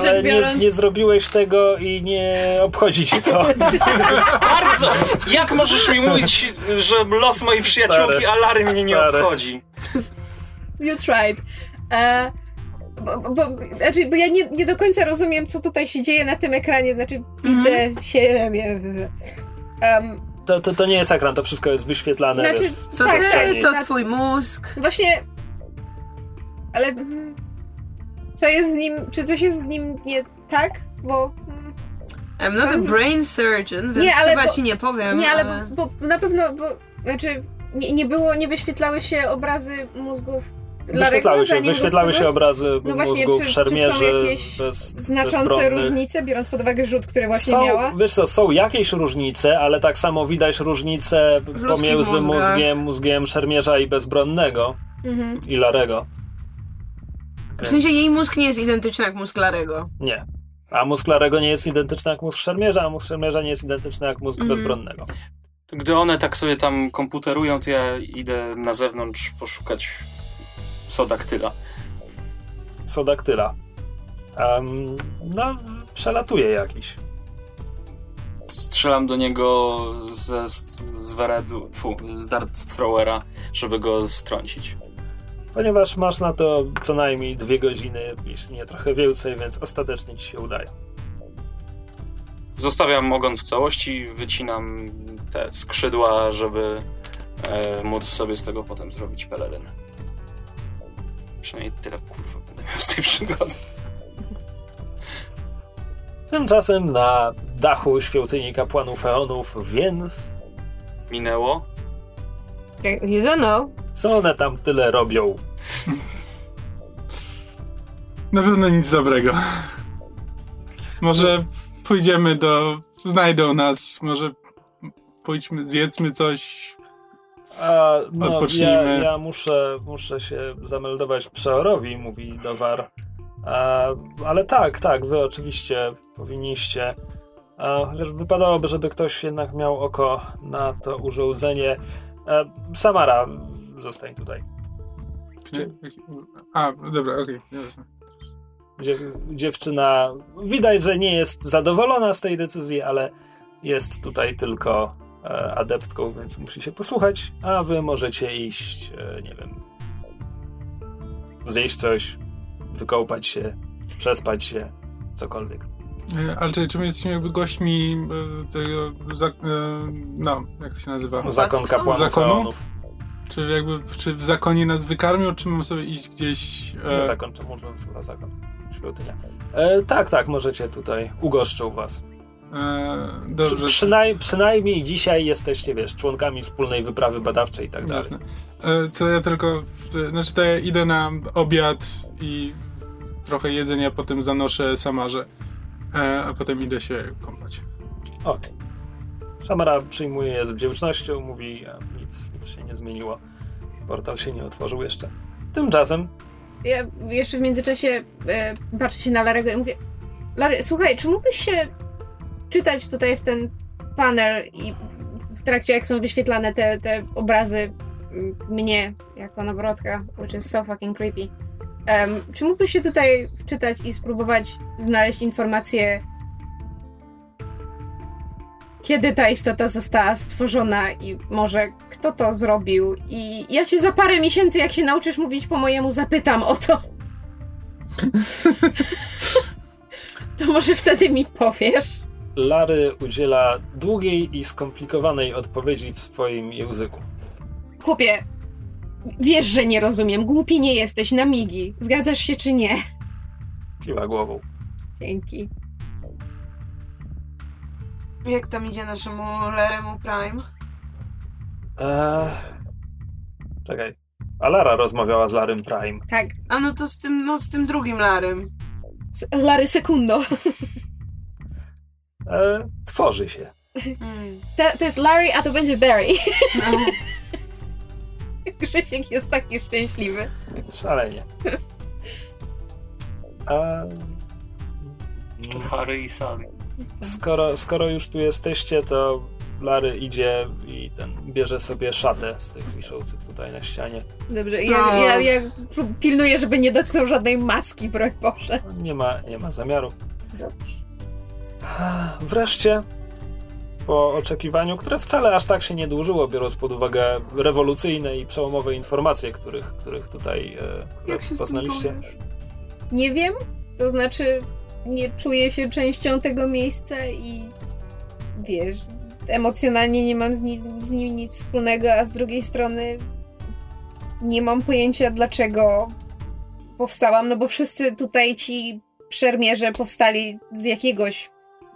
A: ale
F: rzecz biorąc...
A: nie, nie zrobiłeś tego i nie obchodzi ci to.
C: Bardzo! Jak możesz mi mówić, że los mojej przyjaciółki
A: Sorry.
C: Alary mnie nie
A: Sorry.
C: obchodzi?
F: You tried. E, bo, bo, bo, znaczy, bo ja nie, nie do końca rozumiem, co tutaj się dzieje na tym ekranie. Znaczy,
A: Mhm.
F: widzę siebie. Em,
A: To, to, to nie jest ekran, to wszystko jest wyświetlane.
F: znaczy,
A: wiesz.
D: To
F: tak,
D: ty,
F: tak,
D: to
F: tak.
D: twój mózg.
F: Właśnie. Ale. mm, Co jest z nim. Czy coś jest z nim nie tak? Bo. mm,
D: I'm not a
F: Mhm.
D: no brain surgeon, więc
F: Nie, ale
D: chyba
F: bo-
D: ci nie powiem.
F: Nie, ale bo, bo na pewno. Bo, znaczy, nie, nie było. Nie wyświetlały się obrazy mózgów. Larego,
A: Wyświetlały się,
F: zanim go
A: wyświetlały się
F: stworzyłeś?
A: obrazy
F: No właśnie,
A: mózgów
F: czy- czy są
A: szermierzy.
F: jakieś
A: bez,
F: Znaczące
A: bezbronnych.
F: różnice, biorąc pod uwagę rzut, który właśnie
A: są,
F: miała.
A: Wiesz co, są jakieś różnice, ale tak samo widać różnice
D: ludzkich
A: pomiędzy
D: mózgach.
A: mózgiem, mózgiem szermierza i bezbronnego
F: Mhm.
A: i Larego.
D: W sensie jej mózg nie jest identyczny jak mózg Larego.
A: Nie. A mózg Larego nie jest identyczny jak mózg szermierza, a mózg szermierza nie jest identyczny jak mózg
D: Mhm.
A: bezbronnego.
G: Gdy one tak sobie tam komputerują, to ja idę na zewnątrz poszukać sodaktyla.
A: Są daktyla. Em, no, przelatuje jakiś.
G: Strzelam do niego ze, z, z weredu, tfu, z dart throwera, żeby go strącić.
A: Ponieważ masz na to co najmniej dwie godziny, jeśli nie trochę więcej, więc ostatecznie ci się udaje.
G: Zostawiam ogon w całości, wycinam te skrzydła, żeby e, móc sobie z tego potem zrobić pelerynę. Przynajmniej tyle kurwa będę miał z tej przygody.
A: Tymczasem na dachu świątyni kapłanów Eonów Wien
G: Minęło.
F: You don't know.
A: co one tam tyle robią?
E: Na pewno nic dobrego. Może pójdziemy do... Znajdą nas, może pójdźmy, zjedzmy coś.
A: A, no, ja,
E: Odpocznijmy.
A: ja muszę, muszę się zameldować przeorowi, mówi Dowar. A, ale tak, tak, wy oczywiście powinniście. A, chociaż wypadałoby, żeby ktoś jednak miał oko na to urządzenie. E, Samara, zostań tutaj. Czy-
E: A, dobra, okej. nieważne.
A: Dziew- dziewczyna widać, że nie jest zadowolona z tej decyzji, ale jest tutaj tylko e, adeptką, więc musi się posłuchać, a wy możecie iść, e, nie wiem, zjeść coś, wykąpać się, przespać się, cokolwiek.
E: E, Ale czy, czy my jesteśmy jakby gośćmi e, tego, za, e, no, jak to się nazywa?
A: Zakon kapłanów
E: Zakonu?
A: Zakonu?
E: Czy jakby, w- czy w zakonie nas wykarmią, czy mam sobie iść gdzieś...
A: Nie
E: E,
A: zakon, czemu użyłem słowa zakon? Świątynia. E, tak, tak, możecie tutaj, ugoszczą was.
E: e,
A: Przy,
E: dobrze,
A: przynaj, przynajmniej dzisiaj jesteście, wiesz, członkami wspólnej wyprawy badawczej i tak dalej.
E: Jasne. E, Co ja tylko, w- znaczy to ja idę na obiad i trochę jedzenia potem zanoszę samarze, e, a potem idę się kąpać.
A: Okej. Samara przyjmuje je z wdzięcznością, mówi, a nic, nic się nie zmieniło. Portal się nie otworzył jeszcze. Tymczasem
F: Ja jeszcze w międzyczasie e, patrzę się na Larego i mówię: Lary, słuchaj, czy mógłbyś się czytać tutaj w ten panel i w trakcie jak są wyświetlane te, te obrazy m, mnie jako nowrodka, which is so fucking creepy. Em, czy mógłbyś się tutaj wczytać i spróbować znaleźć informację, kiedy ta istota została stworzona i może kto to zrobił? I ja się za parę miesięcy, jak się nauczysz mówić po mojemu, zapytam o to. to może wtedy mi powiesz.
A: Lary udziela długiej i skomplikowanej odpowiedzi w swoim języku.
F: Chłopie, wiesz, że nie rozumiem. Głupi nie jesteś, na migi. Zgadzasz się czy nie?
A: Kiwa głową.
F: Dzięki.
D: Jak tam idzie naszemu Leremu Prime?
A: Eee... Czekaj. A Lara rozmawiała z Larym Prime.
F: Tak,
D: A no to z tym, no z tym drugim Larym.
F: S- Lary Sekundo.
A: Eee, tworzy się.
D: Mm.
F: To, to jest Larry, a to będzie Barry.
D: No.
F: Krzysiek jest taki szczęśliwy.
A: Szalenie. Eee... mm,
G: Harry i Sally.
A: Skoro, skoro już tu jesteście, to Lary idzie i ten bierze sobie szatę z tych wiszących tutaj na ścianie.
F: Dobrze, ja,
D: No.
F: ja, ja pró- pilnuję, żeby nie dotknął żadnej maski, broń Boże.
A: Nie ma, nie ma zamiaru. Dobrze. Wreszcie, po oczekiwaniu, które wcale aż tak się nie dłużyło, biorąc pod uwagę rewolucyjne i przełomowe informacje, których, których tutaj e, które
D: Jak się
A: poznaliście.
D: zbudujesz?
F: Nie wiem, to znaczy nie czuję się częścią tego miejsca i wiesz, emocjonalnie nie mam z, ni- z nim nic wspólnego, a z drugiej strony nie mam pojęcia dlaczego powstałam, no bo wszyscy tutaj ci szermierze powstali z jakiegoś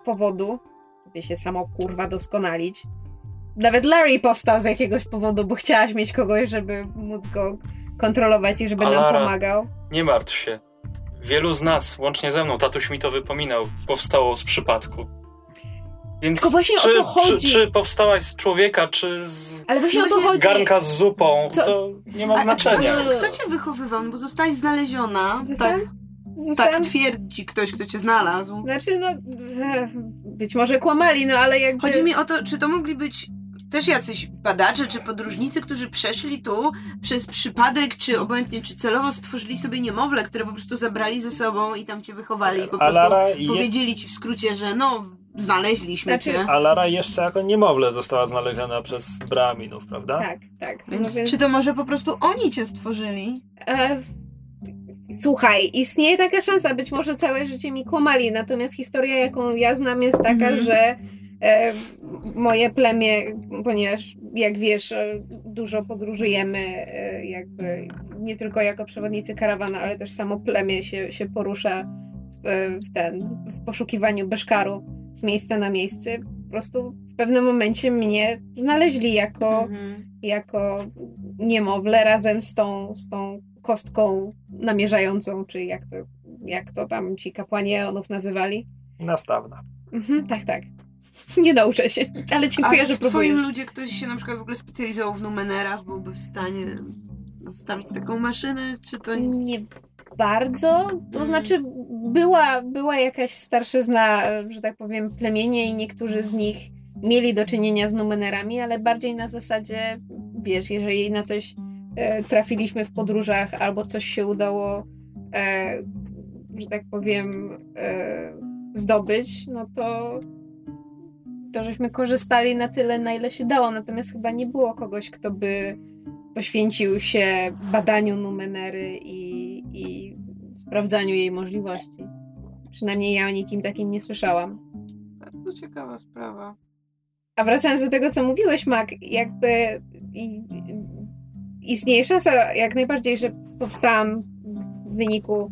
F: powodu, żeby się samo kurwa doskonalić. Nawet Larry powstał z jakiegoś powodu, bo chciałaś mieć kogoś, żeby móc go kontrolować i żeby
G: A
F: nam
G: Lara?
F: pomagał.
G: Nie martw się. Wielu z nas, łącznie ze mną, tatuś mi to wypominał, powstało z przypadku. Więc
F: Tylko właśnie o
G: czy,
F: to chodzi.
G: Czy, czy powstałaś z człowieka, czy z
F: Ale właśnie
D: No
F: o to
D: właśnie-
F: chodzi.
G: garnka z zupą,
F: To-
G: to, nie ma znaczenia.
F: to-
D: Kto cię wychowywał? No Bo zostałaś znaleziona.
F: Zostałam-
D: Tak,
F: Zostałam...
D: tak twierdzi ktoś, kto cię znalazł.
F: Znaczy, no, e, być może kłamali, no ale jakby...
D: Chodzi mi o to, czy to mogli być też jacyś badacze czy podróżnicy, którzy przeszli tu przez przypadek, czy obojętnie, czy celowo stworzyli sobie niemowlę, które po prostu zabrali ze sobą i tam cię wychowali i po
A: A
D: prostu
A: Lara, je,
D: powiedzieli ci w skrócie, że no, znaleźliśmy
F: Znaczy-
D: cię.
A: a Lara jeszcze jako niemowlę została znaleziona przez Braminów, prawda?
F: Tak, tak. No
D: Więc
F: więc,
D: czy to może po prostu oni cię stworzyli?
F: e, w- słuchaj, istnieje taka szansa, być może całe życie mi kłamali, natomiast historia, jaką ja znam, jest taka,
D: Mhm.
F: że e, moje plemię, ponieważ jak wiesz, e, dużo podróżujemy, e, jakby nie tylko jako przewodnicy karawana, ale też samo plemię się, się porusza w, w ten, w poszukiwaniu beszkaru z miejsca na miejsce. Po prostu w pewnym momencie mnie znaleźli jako
D: Mhm.
F: jako niemowlę razem z tą, z tą kostką namierzającą, czy jak to, jak to tam ci kapłani eonów nazywali.
A: Nastawna.
F: Mhm, tak, tak. Nie nauczę się, ale dziękuję,
D: Ale
F: że
D: w twoim
F: próbujesz.
D: ludzie ktoś się na przykład w ogóle specjalizował w numenerach, byłby w stanie nastawić taką maszynę, czy to...
F: Nie bardzo. To
D: Mm.
F: znaczy, była, była jakaś starszyzna, e, że tak powiem, plemienie i niektórzy z nich mieli do czynienia z numenerami, ale bardziej na zasadzie, wiesz, jeżeli na coś e, trafiliśmy w podróżach albo coś się udało, e, że tak powiem, e, zdobyć, no to to żeśmy korzystali na tyle, na ile się dało. Natomiast chyba nie było kogoś, kto by poświęcił się badaniu numenery i, i sprawdzaniu jej możliwości. Przynajmniej ja o nikim takim nie słyszałam.
D: Bardzo ciekawa sprawa.
F: A wracając do tego, co mówiłeś, Mac, jakby i, istnieje szansa jak najbardziej, że powstałam w wyniku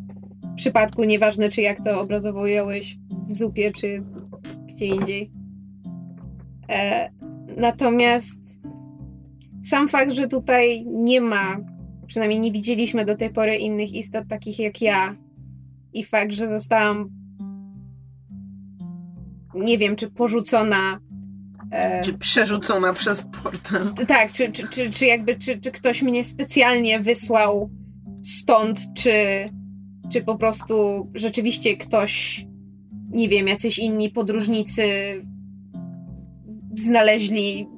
F: przypadku, nieważne czy jak to obrazowo ująłeś w zupie, czy gdzie indziej. E, natomiast sam fakt, że tutaj nie ma, przynajmniej nie widzieliśmy do tej pory innych istot takich jak ja i fakt, że zostałam nie wiem, czy porzucona e,
D: Czy przerzucona przez portal.
F: tak, czy, czy, czy, czy jakby, czy, czy ktoś mnie specjalnie wysłał stąd, czy, czy po prostu rzeczywiście ktoś, nie wiem, jacyś inni podróżnicy znaleźli,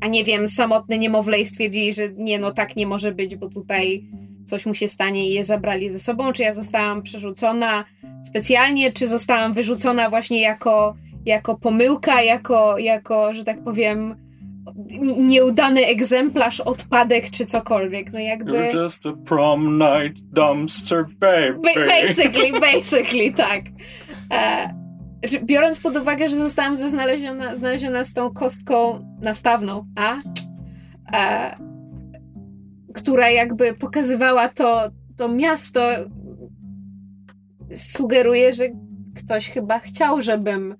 F: a nie wiem, samotne niemowlę i stwierdzili, że nie, no tak nie może być, bo tutaj coś mu się stanie i je zabrali ze sobą, czy ja zostałam przerzucona specjalnie, czy zostałam wyrzucona właśnie jako, jako pomyłka, jako, jako, że tak powiem, n- nieudany egzemplarz, odpadek czy cokolwiek. No jakby.
G: You're just a prom night dumpster baby.
F: Ba- Basically, basically, tak. E, znaczy, biorąc pod uwagę, że zostałam ze- znaleziona, znaleziona z tą kostką nastawną, a? E, która jakby pokazywała to, to miasto, sugeruje, że ktoś chyba chciał, żebym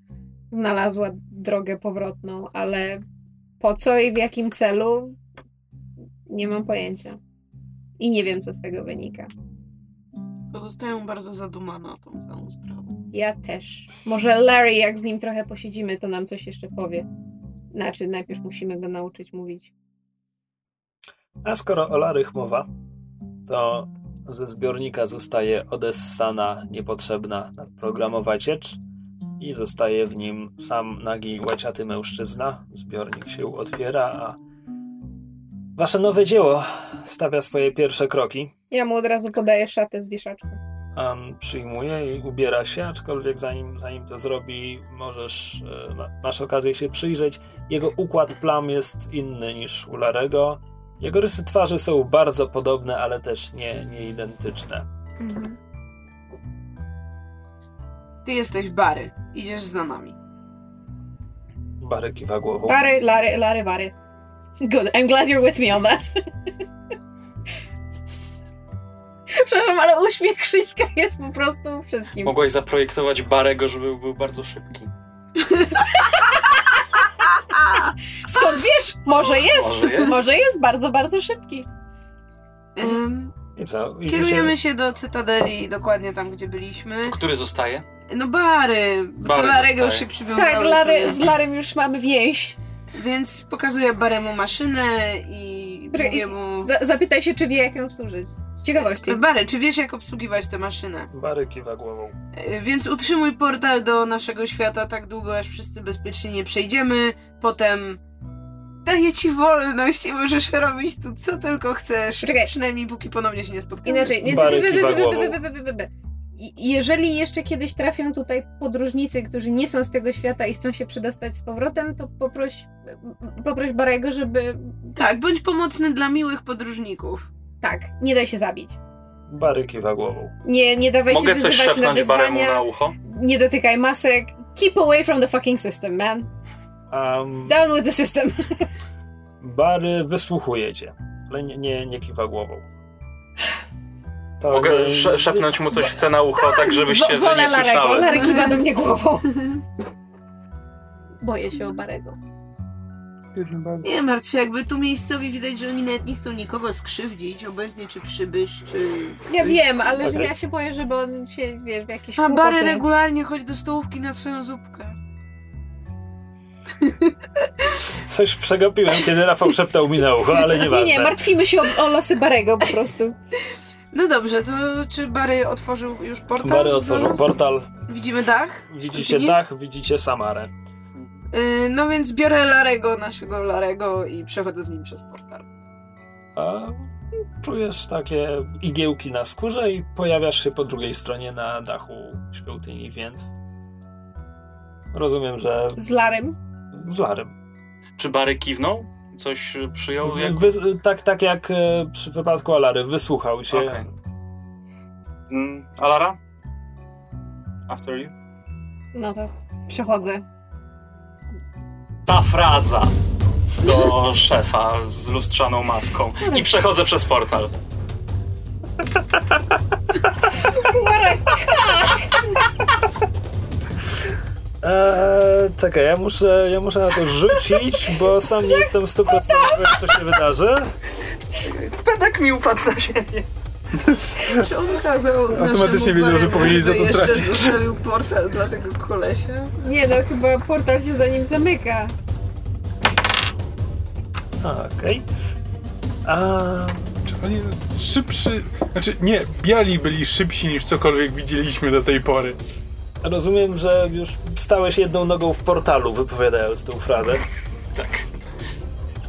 F: znalazła drogę powrotną, ale po co i w jakim celu, nie mam pojęcia. I nie wiem, co z tego wynika.
D: Pozostają bardzo zadumana tą całą sprawą.
F: Ja też. Może Larry, jak z nim trochę posiedzimy, to nam coś jeszcze powie. Znaczy, najpierw musimy go nauczyć mówić.
A: A skoro o Larych mowa, to ze zbiornika zostaje odessana niepotrzebna nadprogramowa ciecz i zostaje w nim sam nagi, łaciaty mężczyzna. Zbiornik się otwiera, a wasze nowe dzieło stawia swoje pierwsze kroki.
F: Ja mu od razu podaję szatę z wieszaczką.
A: An przyjmuje i ubiera się, aczkolwiek zanim, zanim to zrobi, możesz, e, ma- masz okazję się przyjrzeć. Jego układ plam jest inny niż u Larego. Jego rysy twarzy są bardzo podobne, ale też nie, nie identyczne.
D: Ty jesteś Bary. Idziesz za nami.
A: Bary kiwa głową.
F: Bary, Larry, Larry, Bary. Good, I'm glad you're with me on that. Przepraszam, ale uśmiech Krzyśka jest po prostu wszystkim.
G: Mogłaś zaprojektować Barego, żeby był bardzo szybki.
F: Skąd wiesz? Może jest,
G: Może jest.
F: może jest bardzo, bardzo szybki.
D: Em,
A: I co? Idziecie-
D: kierujemy się do Cytadeli, dokładnie tam, gdzie byliśmy.
G: Który zostaje?
D: No Bary. Bary
G: Bary
D: do Larego już
G: zostaje.
D: się przywiązałeś.
F: Tak, Larry, z
D: więc-
F: Larym już mamy więź.
D: Więc pokazuję Baremu maszynę i
F: Poczekaj,
D: mówię mu...
F: Za- zapytaj się, czy wie, jak ją obsłużyć. Z ciekawości.
D: Bary, czy wiesz jak obsługiwać tę maszynę?
A: Bary kiwa głową.
D: E, Więc utrzymuj portal do naszego świata tak długo, aż wszyscy bezpiecznie nie przejdziemy. Potem daję ci wolność i możesz robić tu co tylko chcesz.
F: Czekaj.
D: Przynajmniej póki ponownie się nie spotkamy.
F: Inaczej, nie,
A: Bary
F: by, by,
A: kiwa
F: by, by,
A: głową.
F: by, by, by, by, by. I- Jeżeli jeszcze kiedyś trafią tutaj podróżnicy, którzy nie są z tego świata i chcą się przedostać z powrotem, to poproś, poproś Barego, żeby.
D: Tak, bądź pomocny dla miłych podróżników.
F: Tak, nie daj się zabić.
A: Bary kiwa głową.
F: Nie, nie dawaj
G: Mogę
F: się
G: coś
F: wyzywać na
G: szepnąć Baremu
F: wyzwania.
G: na ucho?
F: Nie dotykaj masek. Keep away from the fucking system, man.
A: Um,
F: Down with the system.
A: Bary wysłuchuje cię, ale nie, nie, nie kiwa głową. To
G: Mogę
A: nie-
G: sze- szepnąć mu coś chce na ucho, tak żebyście wy
F: Wolę
G: nie
F: Larego.
G: słyszały.
F: Larry kiwa do mnie głową. Boję się o Barego.
D: Nie martw się, jakby tu miejscowi widać, że oni nawet nie chcą nikogo skrzywdzić, obojętnie czy przybysz, czy...
F: Ja wiem, ale że
A: Okej.
F: ja się boję, żeby on się, wiesz, w jakiś
D: A
F: kłopot
D: Bary
F: nie-
D: regularnie chodź do stołówki na swoją zupkę.
A: Coś przegapiłem, kiedy Rafał szeptał mi na ucho, ale
F: Nie,
A: nieważne.
F: nie, martwimy się o, o losy Barego po prostu.
D: No dobrze, to czy Bary otworzył już portal?
A: Bary
D: do
A: otworzył
D: nas?
A: portal,
D: Widzimy dach?
A: widzicie
D: Nie?
A: dach, widzicie Samarę.
D: Yy, no więc biorę Larego, naszego Larego i przechodzę z nim przez portal.
A: A czujesz takie igiełki na skórze i pojawiasz się po drugiej stronie na dachu świątyni więc Rozumiem, że
F: Z Larem.
A: z Larym.
C: Czy Bary kiwnął? Coś
G: e,
C: y, przyjął? Jak...
A: Wy, tak, tak jak e, przy wypadku Alary, wysłuchał cię.
C: Okej. Mm, Alara? After you?
F: No to przechodzę.
C: Ta fraza do szefa z lustrzaną maską i przechodzę przez portal.
A: Eee, czekaj, ja muszę, ja muszę na to rzucić, bo sam nie jestem 100% pewien, co się wydarzy.
H: Pedek mi upadł na ziemię.
D: Czy on kazał
E: Automatycznie wiedział, że powinien za to stracić.
D: zostawił portal dla tego kolesia.
F: Nie no, chyba portal się za nim zamyka.
A: A, Okej. A,
E: Czy oni szybszy... Znaczy, nie, biali byli szybsi niż cokolwiek widzieliśmy do tej pory.
A: Rozumiem, że już stałeś jedną nogą w portalu, wypowiadając tą frazę.
C: Tak.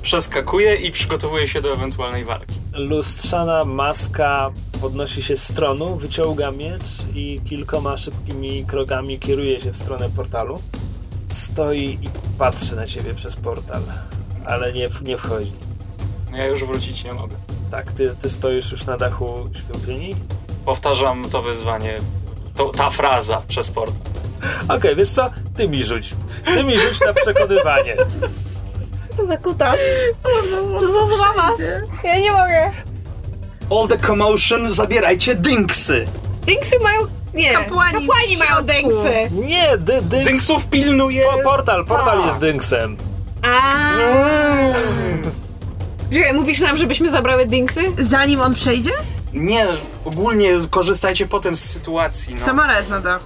C: Przeskakuję i przygotowuję się do ewentualnej walki.
A: Lustrzana maska podnosi się z tronu, wyciąga miecz i kilkoma szybkimi krokami kieruje się w stronę portalu. Stoi i patrzy na ciebie przez portal, ale nie, nie wchodzi.
C: No Ja już wrócić nie mogę.
A: Tak, ty, ty stoisz już na dachu świątyni.
C: Powtarzam to wyzwanie, to, ta fraza przez portal.
A: Okej, wiesz co? Ty mi rzuć. Ty mi rzuć na przekonywanie.
F: Co za kutas? Co za złamas? Ja nie mogę.
H: All the commotion, zabierajcie dynksy.
F: Dinksy mają... Nie,
D: Kapłani
F: kapłani
D: w
F: mają
D: środku.
F: dinksy.
A: Nie, dy, dynks...
C: Dynksów pilnuję!
A: Po, portal, portal jest dynksem.
F: A. Czekaj, mówisz nam, żebyśmy zabrały dinksy?
D: Zanim on przejdzie?
C: Nie, ogólnie korzystajcie potem z sytuacji. No.
D: Samara jest na dachu.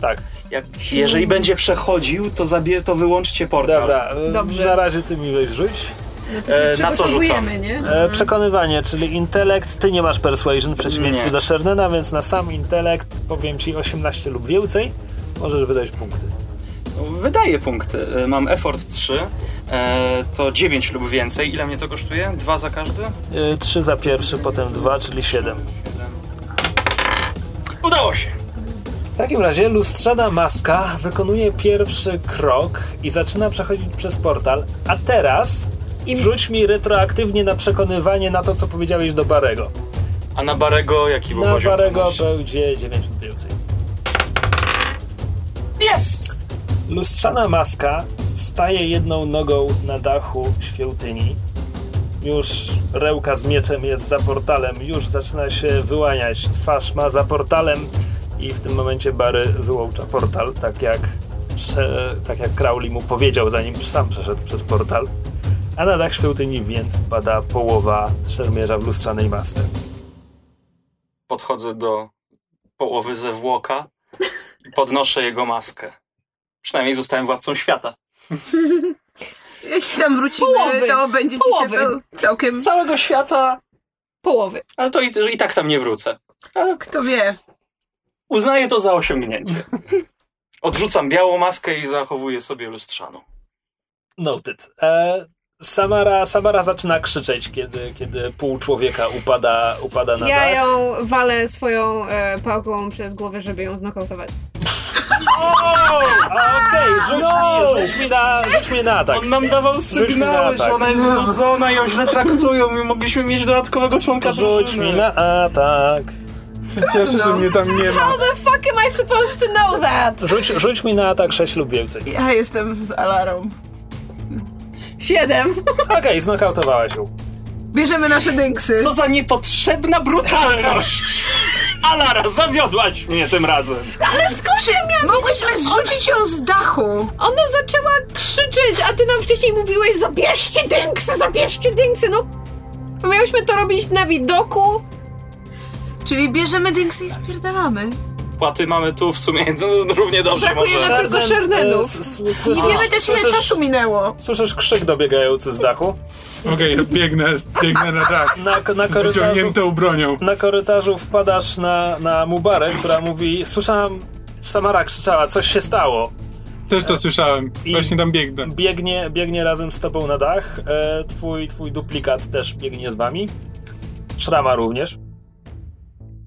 A: Tak.
C: Jak, jeżeli będzie przechodził, to zabier, to wyłączcie portal.
A: Dobra, e,
F: Dobrze.
A: na razie ty mi weź rzuć.
C: E, na co rzucam?
F: Przygotowujemy, nie?
A: E, przekonywanie, czyli intelekt. Ty nie masz persuasion w przeciwieństwie
C: Nie.
A: do Shernena, więc na sam intelekt powiem ci 18 lub więcej. Możesz wydać punkty.
C: Wydaję punkty. E, Mam effort 3, e, to 9 lub więcej. Ile mnie to kosztuje? Dwa za każdy?
A: 3 E, za pierwszy, potem 2, czyli 7.
C: Siedem. Udało się!
A: W takim razie lustrzana maska wykonuje pierwszy krok i zaczyna przechodzić przez portal, a teraz
F: I-
A: rzuć mi retroaktywnie na przekonywanie na to, co powiedziałeś do Barego.
C: A na Barego jaki był
A: Na
C: poziom?
A: Barego
C: trudności?
A: będzie 9 lub więcej.
H: Yes!
A: Lustrzana maska staje jedną nogą na dachu świątyni. Już rełka z mieczem jest za portalem, już zaczyna się wyłaniać. Twarz ma za portalem i w tym momencie Bary wyłącza portal, tak jak, prze- tak jak Crowley mu powiedział, zanim sam przeszedł przez portal. A na dach świątyni więc wpada połowa szermierza w lustrzanej masce.
C: Podchodzę do połowy zewłoka i podnoszę jego maskę. Przynajmniej zostałem władcą świata.
D: Jeśli tam wrócimy,
F: Połowy.
D: to będzie ci się
F: Połowy.
D: to całkiem...
C: Całego świata,
F: Połowy.
C: ale to i, i tak tam nie wrócę.
D: Kto wie.
C: Uznaję to za osiągnięcie. Odrzucam białą maskę i zachowuję sobie lustrzaną.
A: Noted. E, Samara, Samara zaczyna krzyczeć, kiedy, kiedy pół człowieka upada, upada na
F: Ja
A: dach.
F: ją walę swoją e, pałką przez głowę, żeby ją znokautować.
A: A, Okej, rzuć, mi, rzuć mi na, rzuć mi na atak.
C: On nam dawał
A: mi na
C: sygnały,
A: atak.
C: że ona jest znudzona i ją źle traktują. My mogliśmy mieć dodatkowego członka
A: Rzuć
C: drużyny.
A: mi na atak.
E: Cieszę, że mnie tam nie ma.
F: The fuck am I supposed to know that?
A: Rzuć, rzuć mi na atak 6 lub więcej.
D: Ja jestem z Alarą.
F: Siedem.
A: Okej, znokautowałaś ją.
D: Bierzemy nasze dynksy.
C: Co za niepotrzebna brutalność! Alara, zawiodłaś mnie tym razem.
D: Ale skąd ja miałam? Mogłyśmy zrzucić ją z dachu.
F: Ona zaczęła krzyczeć, a ty nam wcześniej mówiłeś zabierzcie dynksy, zabierzcie dynksy, no. Miałyśmy to robić na widoku.
D: Czyli bierzemy dynksy i spierdalamy.
C: opłaty mamy tu w sumie no, równie dobrze
D: Brakuje
C: może.
D: nam- tylko
A: Szarden,
D: szardenów.
A: e, s- s-
D: Nie
A: słyszysz-
D: wiemy też ile
A: słyszysz-
D: czasu minęło.
A: Słyszysz krzyk dobiegający z dachu?
E: Okej, biegnę, biegnę na dach.
A: Na, na
E: Z
A: korytarzu
E: wyciągniętą bronią.
A: na korytarzu wpadasz na, na Mubarę, która mówi słyszałam, Samara krzyczała, coś się stało.
E: Też to słyszałem.
A: I-
E: Właśnie tam biegnę.
A: Biegnie, biegnie razem z tobą na dach, e, twój, twój duplikat też biegnie z wami. Szrama również.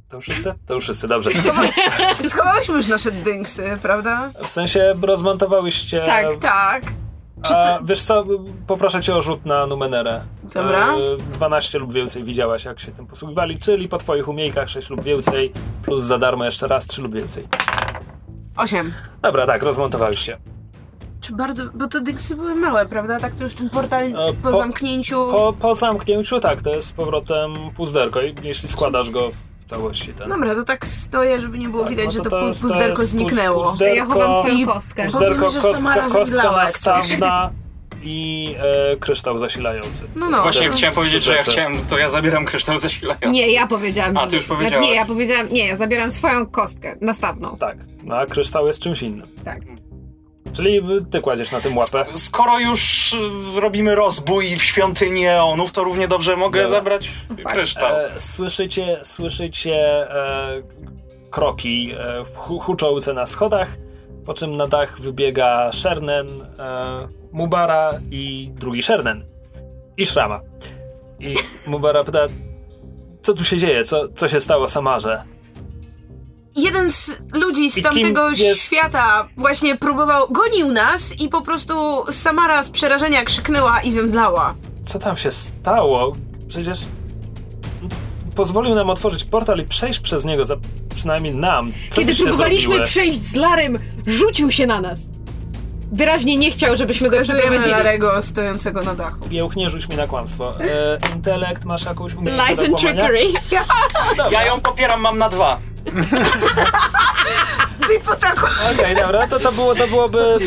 A: To już wszyscy? To już wszyscy, dobrze.
D: Schowałyśmy już nasze dynksy, prawda?
A: W sensie rozmontowałyście...
F: Tak.
D: Tak. Czy
A: A, wiesz co, poproszę cię o rzut na Numenerę.
D: Dobra.
A: E, 12 lub więcej widziałaś, jak się tym posługiwali, czyli po twoich umiejkach 6 lub więcej, plus za darmo jeszcze raz 3 lub więcej.
D: Osiem.
A: Dobra, tak, rozmontowałeś się.
D: Czy bardzo, bo te dynksy były małe, prawda? Tak to już ten portal
A: E,
D: po,
A: po-
D: zamknięciu...
A: Po, po zamknięciu, tak, to jest z powrotem puzderko, i jeśli składasz go w całości. Ten.
D: Dobra, to tak stoję, żeby nie było
A: Tak,
D: widać,
A: no
D: że
A: to
D: to,
A: to
D: pu-
A: jest- to
D: puzderko
A: jest puz-
D: zniknęło.
A: puzderko.
F: Ja chowam
D: I-
F: swoją kostkę.
A: Puzderko,
D: Powiem, że sama
A: kostka, kostka
D: rozmdlała, jak coś.
A: nastawna i e, kryształ zasilający.
D: No, no.
C: Właśnie
A: Tak.
C: chciałem powiedzieć, że ja
A: Rzeczy.
C: chciałem, to ja zabieram kryształ zasilający.
F: Nie, ja powiedziałam.
C: A, ty już
F: Znaczy,
C: powiedziałaś.
F: nie, ja powiedziałam, nie, ja zabieram swoją kostkę, nastawną.
A: Tak, no, a kryształ jest czymś innym.
F: Tak.
A: Czyli y, ty kładziesz na tym łapę.
C: Sk- Skoro już y, robimy rozbój w świątyni eonów, to równie dobrze mogę
A: Dobra.
C: zabrać
F: No Fakt.
C: kryształ.
A: E, słyszycie, słyszycie e, kroki e, hu- huczące na schodach, po czym na dach wybiega Shernen, e, Mubara i drugi Shernen. I Szrama. I Mubara pyta, co tu się dzieje, co, co się stało Samarze?
D: Jeden z ludzi z
A: I kim
D: tamtego
A: jest-
D: świata właśnie próbował, gonił nas i po prostu Samara z przerażenia krzyknęła i zemdlała.
A: Co tam się stało? Przecież pozwolił nam otworzyć portal i przejść przez niego, za, przynajmniej nam. Co
F: Kiedy
A: byście
F: próbowaliśmy
A: zrobiły?
F: przejść z Larym, rzucił się na nas. Wyraźnie nie chciał, żebyśmy go
D: Wskazujemy
F: przeprowadzili.
D: Larego stojącego na dachu.
A: Piełchnie, rzuć mi na kłamstwo. E, intelekt, masz jakąś umiejętność
F: Lies and
A: do kłamania?
F: trickery.
C: Ja ją popieram, mam na dwa.
D: Ty po taku...
A: Okej, dobra, to, to, było, to byłoby.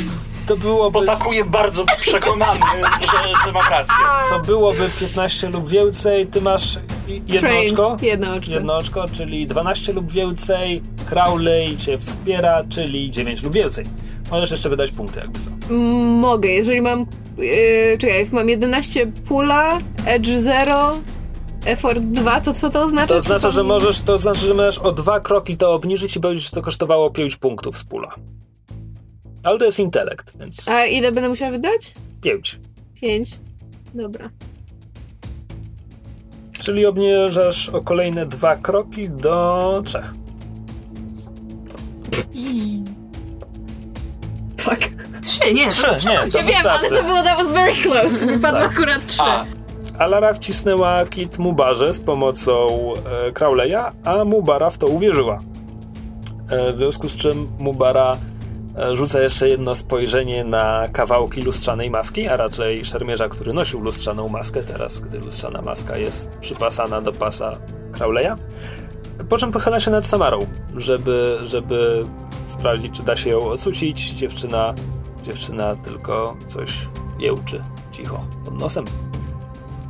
A: To byłoby,
C: Potakuję bardzo przekonany, że, że mam rację.
A: to byłoby 15 lub więcej. Ty masz i- jedno
F: Trained.
A: oczko?
F: Jedno oczko.
A: Jedno oczko, czyli 12 lub więcej. Crowley cię wspiera, czyli 9 lub więcej. Możesz jeszcze wydać punkty, jakby co.
F: Mogę, jeżeli mam... Yy, czekaj, mam 11 pula, edge 0, effort 2, to co to oznacza?
A: To oznacza, że
F: Przypomnij.
A: możesz, to znaczy, że możesz o dwa kroki to obniżyć i powiedzieć, że to kosztowało 5 punktów z pula. Ale to jest intelekt, więc
F: A ile będę musiała wydać?
A: 5.
F: 5. Dobra.
A: Czyli obniżasz o kolejne dwa kroki do trzech.
F: Tak.
D: Trzy, nie.
F: no
A: Trzy, nie, to
F: Ja wiem, ale
A: wystarczy.
F: to było, that was very close. Wypadło
A: Tak.
F: akurat 3.
C: A,
A: Alara wcisnęła kit Mubarze z pomocą e, Crowleya, a Mubara w to uwierzyła. E, w związku z czym Mubara e, rzuca jeszcze jedno spojrzenie na kawałki lustrzanej maski, a raczej szermierza, który nosił lustrzaną maskę, teraz gdy lustrzana maska jest przypasana do pasa Crowleya. Po czym pochyla się nad Samarą, żeby, żeby sprawdzić, czy da się ją ocucić. Dziewczyna, dziewczyna tylko coś jełczy cicho pod nosem.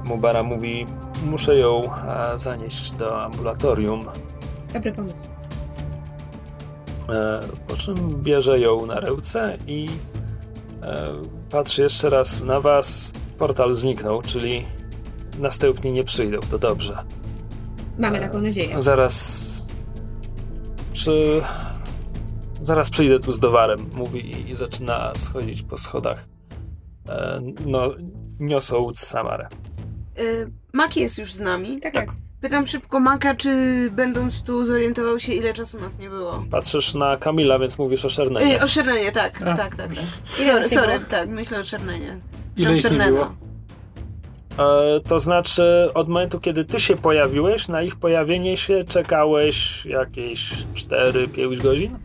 A: Mubara mówi, muszę ją e, zanieść do ambulatorium,
F: Dobry pomysł.
A: e, po czym bierze ją na ręce i e, patrzy jeszcze raz na was. Portal zniknął, czyli następni nie przyjdą, to dobrze.
F: Mamy
A: E,
F: taką nadzieję.
A: Zaraz... Czy... Zaraz przyjdę tu z dowarem, mówi i- i zaczyna schodzić po schodach. E, no, niosą Samarę.
D: Y, Maki jest już z nami.
F: Tak, tak.
D: Pytam szybko Maka, czy będąc tu zorientował się, ile czasu nas nie było.
A: Patrzysz na Kamila, więc mówisz o Szernenie.
D: Y, o Szernenie, tak, tak, tak, tak. Sorry, sorry, tak, myślę o Szernenie.
E: Ile
D: Tam
E: ich nie
D: Szernena.
E: było?
A: E, to znaczy, od momentu, kiedy ty się pojawiłeś, na ich pojawienie się czekałeś jakieś 4-5 godzin?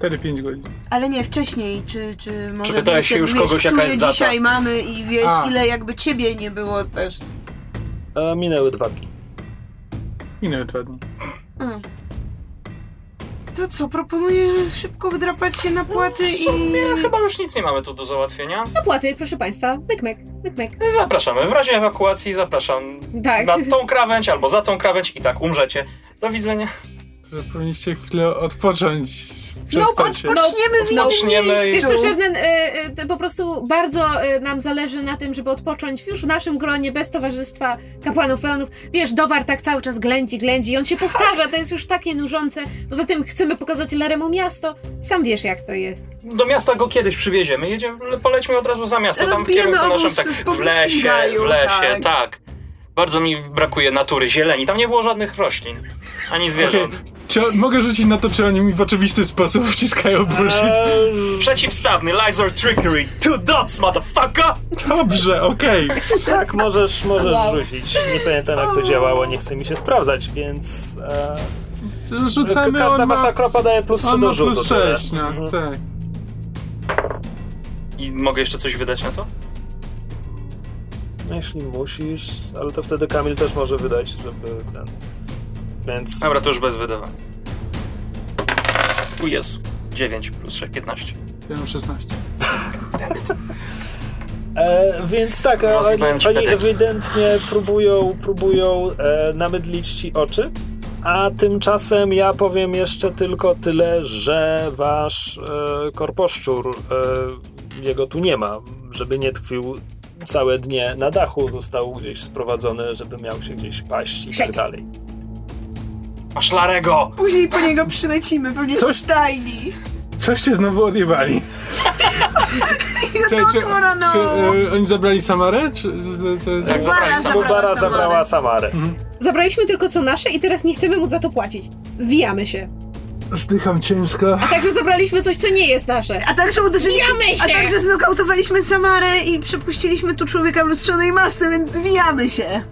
E: 4-5 godzin.
D: Ale nie, wcześniej, czy, czy może...
C: pytałeś się
D: wiesz,
C: już
D: wiesz,
C: kogoś, jaka
D: które
C: jest data?
D: dzisiaj mamy i wiesz,
E: A.
D: ile jakby ciebie nie było też.
A: E, minęły dwa dni.
E: Minęły dwa dni.
D: Mm. To co, proponuję szybko wydrapać się na płaty
C: w sumie
D: i...
C: chyba już nic nie mamy tu do załatwienia.
F: Opłaty, proszę państwa. Myk, myk, myk, myk.
C: Zapraszamy. W razie ewakuacji zapraszam
F: Tak.
C: na tą krawędź albo za tą krawędź i tak umrzecie. Do widzenia.
E: że powinniście chwilę odpocząć.
D: No,
E: Przespać się.
D: odpoczniemy w
F: No,
C: Odpoczniemy
D: innym
C: No i-
F: Wiesz co,
D: miejscu.
F: Szewnen, e, e, to po prostu bardzo e, nam zależy na tym, żeby odpocząć już w naszym gronie, bez towarzystwa kapłanów, pełnów. Wiesz, Dowar tak cały czas ględzi, ględzi i on się powtarza, to jest już takie nużące. Poza tym chcemy pokazać Laremu miasto. Sam wiesz, jak to jest.
C: Do miasta go kiedyś przywieziemy. Jedziemy, no, polećmy od razu za miasto, tam w
D: Rozbijemy
C: kierunku
D: obóz
C: naszym, tak,
D: w
C: w
D: pobliskim
C: lesie,
D: gaju,
C: w lesie,
D: tak.
C: tak. Bardzo mi brakuje natury, zieleni. Tam nie było żadnych roślin, ani zwierząt.
E: Czy, mogę rzucić na to, czy oni mi w oczywisty sposób wciskają bullshit?
A: Eee,
C: Przeciwstawny, lies or trickery, two dots, motherfucker!
E: Dobrze, okej.
A: tak, możesz, możesz rzucić. Nie pamiętam jak to działało, nie chce mi się sprawdzać, więc... E,
E: Rzucamy,
A: każda
E: on ma,
A: wasza kropa daje plus 3
E: on
A: do
E: ma
A: rzutu.
E: plus
A: tyle.
E: 6, no,
A: Mhm.
E: tak.
C: I mogę jeszcze coś wydać na to?
A: No, Jeśli musisz, ale to wtedy Kamil też może wydać, żeby ten... Więc
C: Dobra, to już bez wydawania. U jest. 9 plus 6, 15.
E: Ja mam 16.
A: E, więc tak, e, oni,
C: Rozjebałem ci
A: oni
C: pedeki.
A: ewidentnie próbują, próbują e, namydlić ci oczy. A tymczasem ja powiem jeszcze tylko tyle, że wasz e, korposzczur, e, jego tu nie ma, żeby nie tkwił całe dnie na dachu, został gdzieś sprowadzony, żeby miał się gdzieś paść i tak
F: Wszedł.
A: dalej.
C: Masz Larego!
D: Później po niego przylecimy, pewnie
E: Coś-
D: Coś? stajni.
E: Coś cię znowu odjebali.
D: No kurwa, no.
E: czy e, oni zabrali Samarę? Czy, te, te,
C: Tak,
D: Bara
C: zabrali sam.
A: Bo Bara
D: Samarę.
A: zabrała Samarę.
F: Zabraliśmy tylko co nasze i teraz nie chcemy mu za to płacić. Zwijamy się.
E: Zdycham ciężko.
F: A także zabraliśmy coś, co nie jest nasze.
D: A także uderzyliśmy,
F: Zwijamy się!
D: a także znokautowaliśmy Samarę i przepuściliśmy tu człowieka w lustrzanej masce, więc zwijamy się.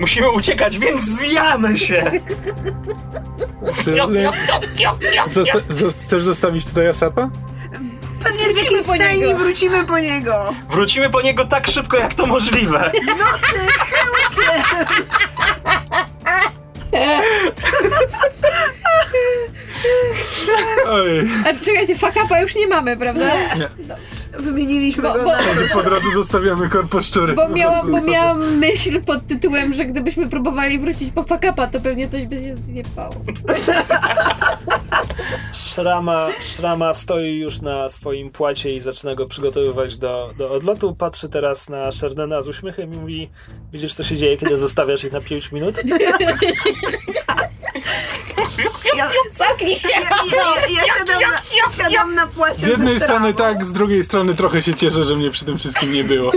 C: Musimy uciekać, więc zwijamy się!
E: Chcesz zostawić tutaj Asapa?
D: Pewnie w
F: Wrócimy
D: jakiejś
F: po
D: stajni
F: niego.
D: wrócimy po niego.
C: Wrócimy po niego tak szybko, jak to możliwe.
D: Nocy, chyłkiem.
E: Oj,
F: A czekajcie, fakapa już nie mamy, prawda?
D: Wymieniliśmy
F: Bo,
D: go
F: bo,
D: na...
E: po drodze zostawiamy korposzczury.
F: bo, miałam, bo miałam myśl pod tytułem, że gdybyśmy próbowali wrócić po fakapa, to pewnie coś by się zjebało.
A: Szrama, szrama stoi już na swoim płacie i zaczyna go przygotowywać do, do odlotu. Patrzy teraz na Shernena z uśmiechem i mówi: Widzisz, co się dzieje, kiedy zostawiasz ich na 5 minut?
D: Ja,
F: Coknij się!
D: ja, ja, ja siadam, na, siadam na płacie
E: Z jednej
D: za
E: strony
D: Szramą.
E: tak, z drugiej strony trochę się cieszę, że mnie przy tym wszystkim nie było.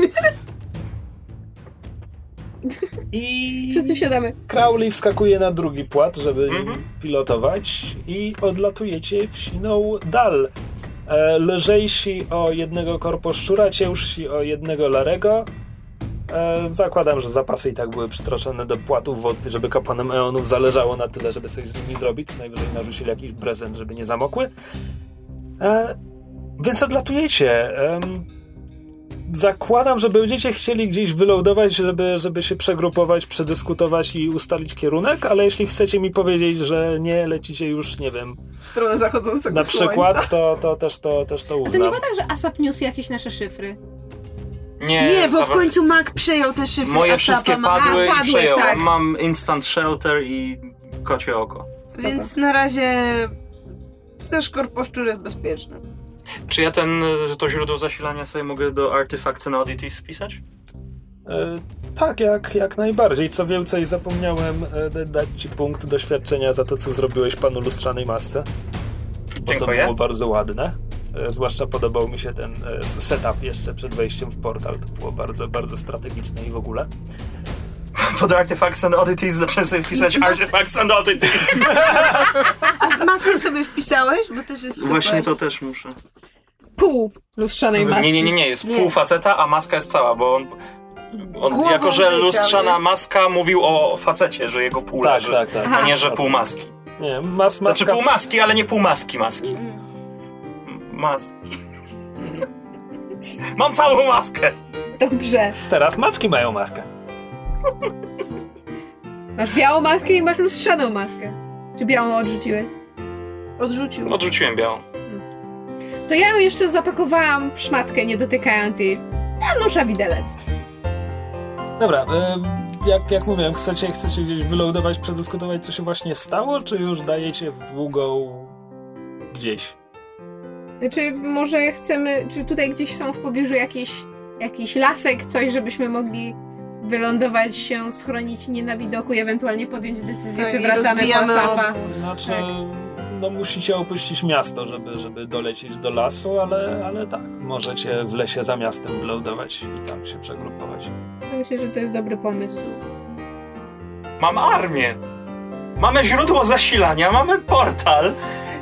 A: I
F: Wszyscy wsiadamy.
A: Crowley wskakuje na drugi płat, żeby nim
C: Mhm.
A: pilotować, i odlatujecie w siną dal. E, lżejsi o jednego korposzczura, ciężsi o jednego larego. E, zakładam, że zapasy i tak były przytroczone do płatów wodnych, żeby kapłanom eonów zależało na tyle, żeby coś z nimi zrobić. Co Najwyżej narzucili jakiś prezent, żeby nie zamokły. E, więc odlatujecie. Em, zakładam, że będziecie chcieli gdzieś wylądować, żeby, żeby się przegrupować, przedyskutować i ustalić kierunek, ale jeśli chcecie mi powiedzieć, że nie lecicie już, nie wiem,
D: W stronę zachodzącego
A: na
D: słońca.
A: przykład, to, to też to, też to
F: A to nie
A: uznam.
F: było tak, że ASAP niósł jakieś nasze szyfry.
C: Nie,
D: Nie, bo w
C: zabra-
D: końcu Mac przejął te szyfry.
C: Moje
D: Asapa
C: wszystkie
D: ma-
C: padły
F: A,
C: i
F: padły,
C: przejął.
F: tak.
C: Mam instant shelter i kocie oko.
D: Więc na razie też korposzczur jest bezpieczny.
C: Czy ja ten, y, to źródło zasilania sobie mogę do Artifacts and Oddities wpisać?
A: E, tak, jak, jak najbardziej. Co więcej, zapomniałem e, da- dać ci punkt doświadczenia za to, co zrobiłeś panu lustrzanej masce, bo to
C: Dziękuję.
A: było bardzo ładne. E, zwłaszcza podobał mi się ten e, setup jeszcze przed wejściem w portal. To było bardzo, bardzo strategiczne i w ogóle.
C: Pod Artifacts and Oddities zacząłem sobie wpisać
D: No,
C: Artifacts and Oddities.
D: A maskę sobie wpisałeś? Bo też jest super.
C: Właśnie to też muszę.
F: Pół lustrzanej maski.
C: Nie, nie, nie, nie, jest
D: Nie.
C: pół faceta, a maska jest cała, bo on... On,
D: Głową
C: jako, że
D: leciał,
C: lustrzana
D: nie?
C: maska mówił o facecie, że jego pół
A: Tak,
C: leży,
A: tak, tak.
C: a nie, że pół maski.
A: Nie, mas,
C: Znaczy
A: maska-
C: pół maski, ale nie pół maski maski.
D: Mm.
C: Maski. Mam całą maskę!
F: Dobrze.
A: Teraz macki mają maskę.
F: Masz białą maskę i masz lustrzaną maskę. Czy białą odrzuciłeś?
D: Odrzucił.
C: Odrzuciłem białą.
F: To ja ją jeszcze zapakowałam w szmatkę, nie dotykając jej. A nosza widelec.
A: Dobra, em, jak, jak mówiłem, chcecie, chcecie gdzieś wylądować, przedyskutować, co się właśnie stało, czy już dajecie w długą gdzieś?
F: Czy Znaczy, może chcemy, czy tutaj gdzieś są w pobliżu jakieś, jakiś lasek, coś, żebyśmy mogli wylądować się, schronić nie na widoku i ewentualnie podjąć decyzję,
D: Tak,
F: czy
D: i
F: wracamy po
D: rozbijamy
F: Asafa.
A: Znaczy,
F: Tak.
A: no musicie opuścić miasto, żeby, żeby dolecieć do lasu, ale, ale tak, możecie w lesie za miastem wylądować i tam się przegrupować.
F: Myślę, że to jest dobry pomysł.
C: Mam armię. Mamy źródło zasilania, mamy portal.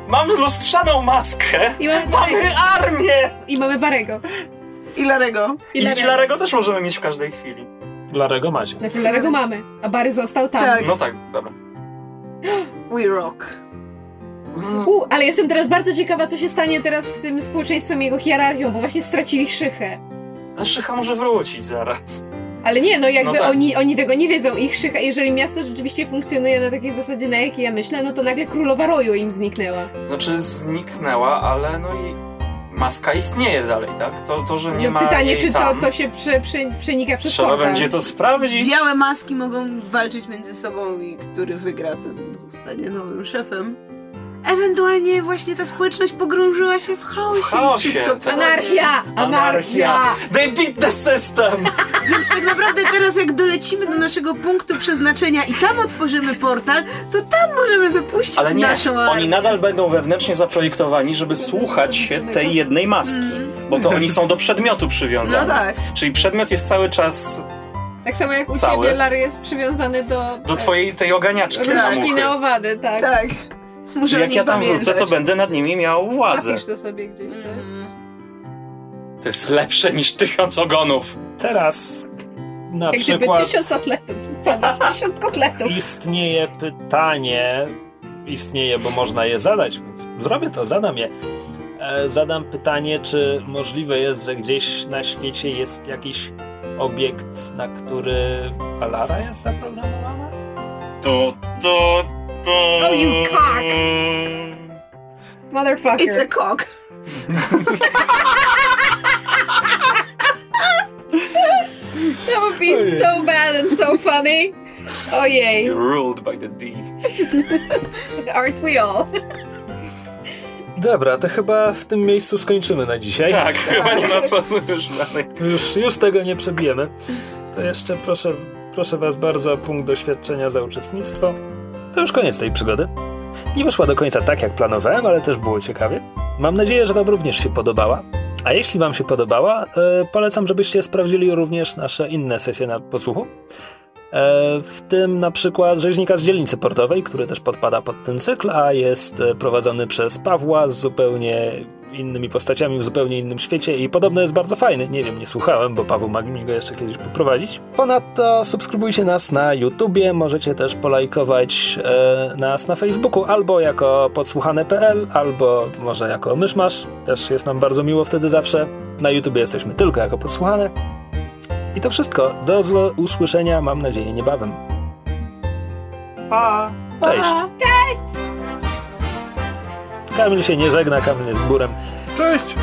C: Mam lustrzaną maskę.
F: I mamy,
C: Mamy armię!
F: I mamy Barego.
D: I Larego.
C: I
F: Larego.
C: Ilarego też możemy mieć w każdej chwili.
A: Larego macie.
F: Znaczy Larego mamy, a Bary został tam.
D: Tak.
C: No tak, dobra.
D: We rock.
F: U, ale jestem teraz bardzo ciekawa, co się stanie teraz z tym społeczeństwem, jego hierarchią, bo właśnie stracili szychę.
C: A No, Szycha może wrócić zaraz.
F: Ale nie, no jakby
C: No tak.
F: oni, oni tego nie wiedzą. Ich szycha, jeżeli miasto rzeczywiście funkcjonuje na takiej zasadzie, na jakiej ja myślę, no to nagle królowa roju im zniknęła.
C: Znaczy zniknęła, ale no i maska istnieje dalej, tak? To, to że nie
F: no
C: ma
F: pytanie,
C: jej
F: czy to,
C: tam,
F: to się prze, prze, przenika przez
C: trzeba
F: portal.
C: będzie to sprawdzić.
D: Białe maski mogą walczyć między sobą i który wygra, ten zostanie nowym szefem. Ewentualnie właśnie ta społeczność pogrążyła się w chaosie,
C: W chaosie,
D: i wszystko
C: tak.
F: Anarchia! Anarchia!
C: Anarchia! They beat the system!
D: Więc tak naprawdę teraz jak dolecimy do naszego punktu przeznaczenia i tam otworzymy portal, to tam możemy wypuścić
G: Ale nie,
D: naszą
G: oni nadal będą wewnętrznie zaprojektowani, żeby słuchać się tej jednej maski.
F: Mm,
G: Bo to oni są do przedmiotu
D: No
G: przywiązani.
D: tak.
G: Czyli przedmiot jest cały czas
F: tak samo jak u
G: Całe.
F: ciebie Larry jest przywiązany do,
G: do twojej tej
F: e,
G: oganiaczki na
F: różdżki
G: muchy.
F: na owady, tak.
D: Tak. Muszę o
G: Jak
D: nim
G: ja tam
D: pamiętać.
G: wrócę, to będę nad nimi miał władzę.
F: Napisz to sobie gdzieś. tak?
D: Mm.
G: To jest lepsze niż tysiąc ogonów.
A: Teraz na
F: Jak gdyby
A: przykład...
F: tysiąc atletów. Co, tysiąc kotletów.
A: Istnieje pytanie, istnieje, bo można je zadać, więc zrobię to, zadam je. E, Zadam pytanie, czy możliwe jest, że gdzieś na świecie jest jakiś obiekt, na który Alara jest zaprogramowana?
G: To, to, to...
F: Oh, you cock!
D: It's a
F: Motherfucker.
D: cock.
F: That would be so bad and so funny. Oh, Ojej.
G: Ruled by the deep.
F: Aren't we all?
A: Dobra, to chyba w tym miejscu skończymy na dzisiaj.
G: Tak, chyba nie ma co już dalej.
A: Już, już tego nie przebijemy. To jeszcze proszę, proszę Was bardzo o punkt doświadczenia za uczestnictwo. To już koniec tej przygody. Nie wyszła do końca tak, jak planowałem, ale też było ciekawie. Mam nadzieję, że Wam również się podobała. A jeśli Wam się podobała, e, polecam, żebyście sprawdzili również nasze inne sesje na posłuchu. E, w tym na przykład rzeźnika z dzielnicy portowej, który też podpada pod ten cykl, a jest e, prowadzony przez Pawła z zupełnie innymi postaciami w zupełnie innym świecie i podobno jest bardzo fajny. Nie wiem, nie słuchałem, bo Paweł mógł mi go jeszcze kiedyś poprowadzić. Ponadto subskrybujcie nas na YouTubie, możecie też polajkować e, nas na Facebooku albo jako podsłuchane.pl, albo może jako myszmasz. Też jest nam bardzo miło wtedy zawsze. Na YouTubie jesteśmy tylko jako podsłuchane. I to wszystko. Do z- usłyszenia, mam nadzieję, niebawem.
D: Pa.
A: Cześć. Kamil się nie żegna, Kamil jest burem.
E: Cześć!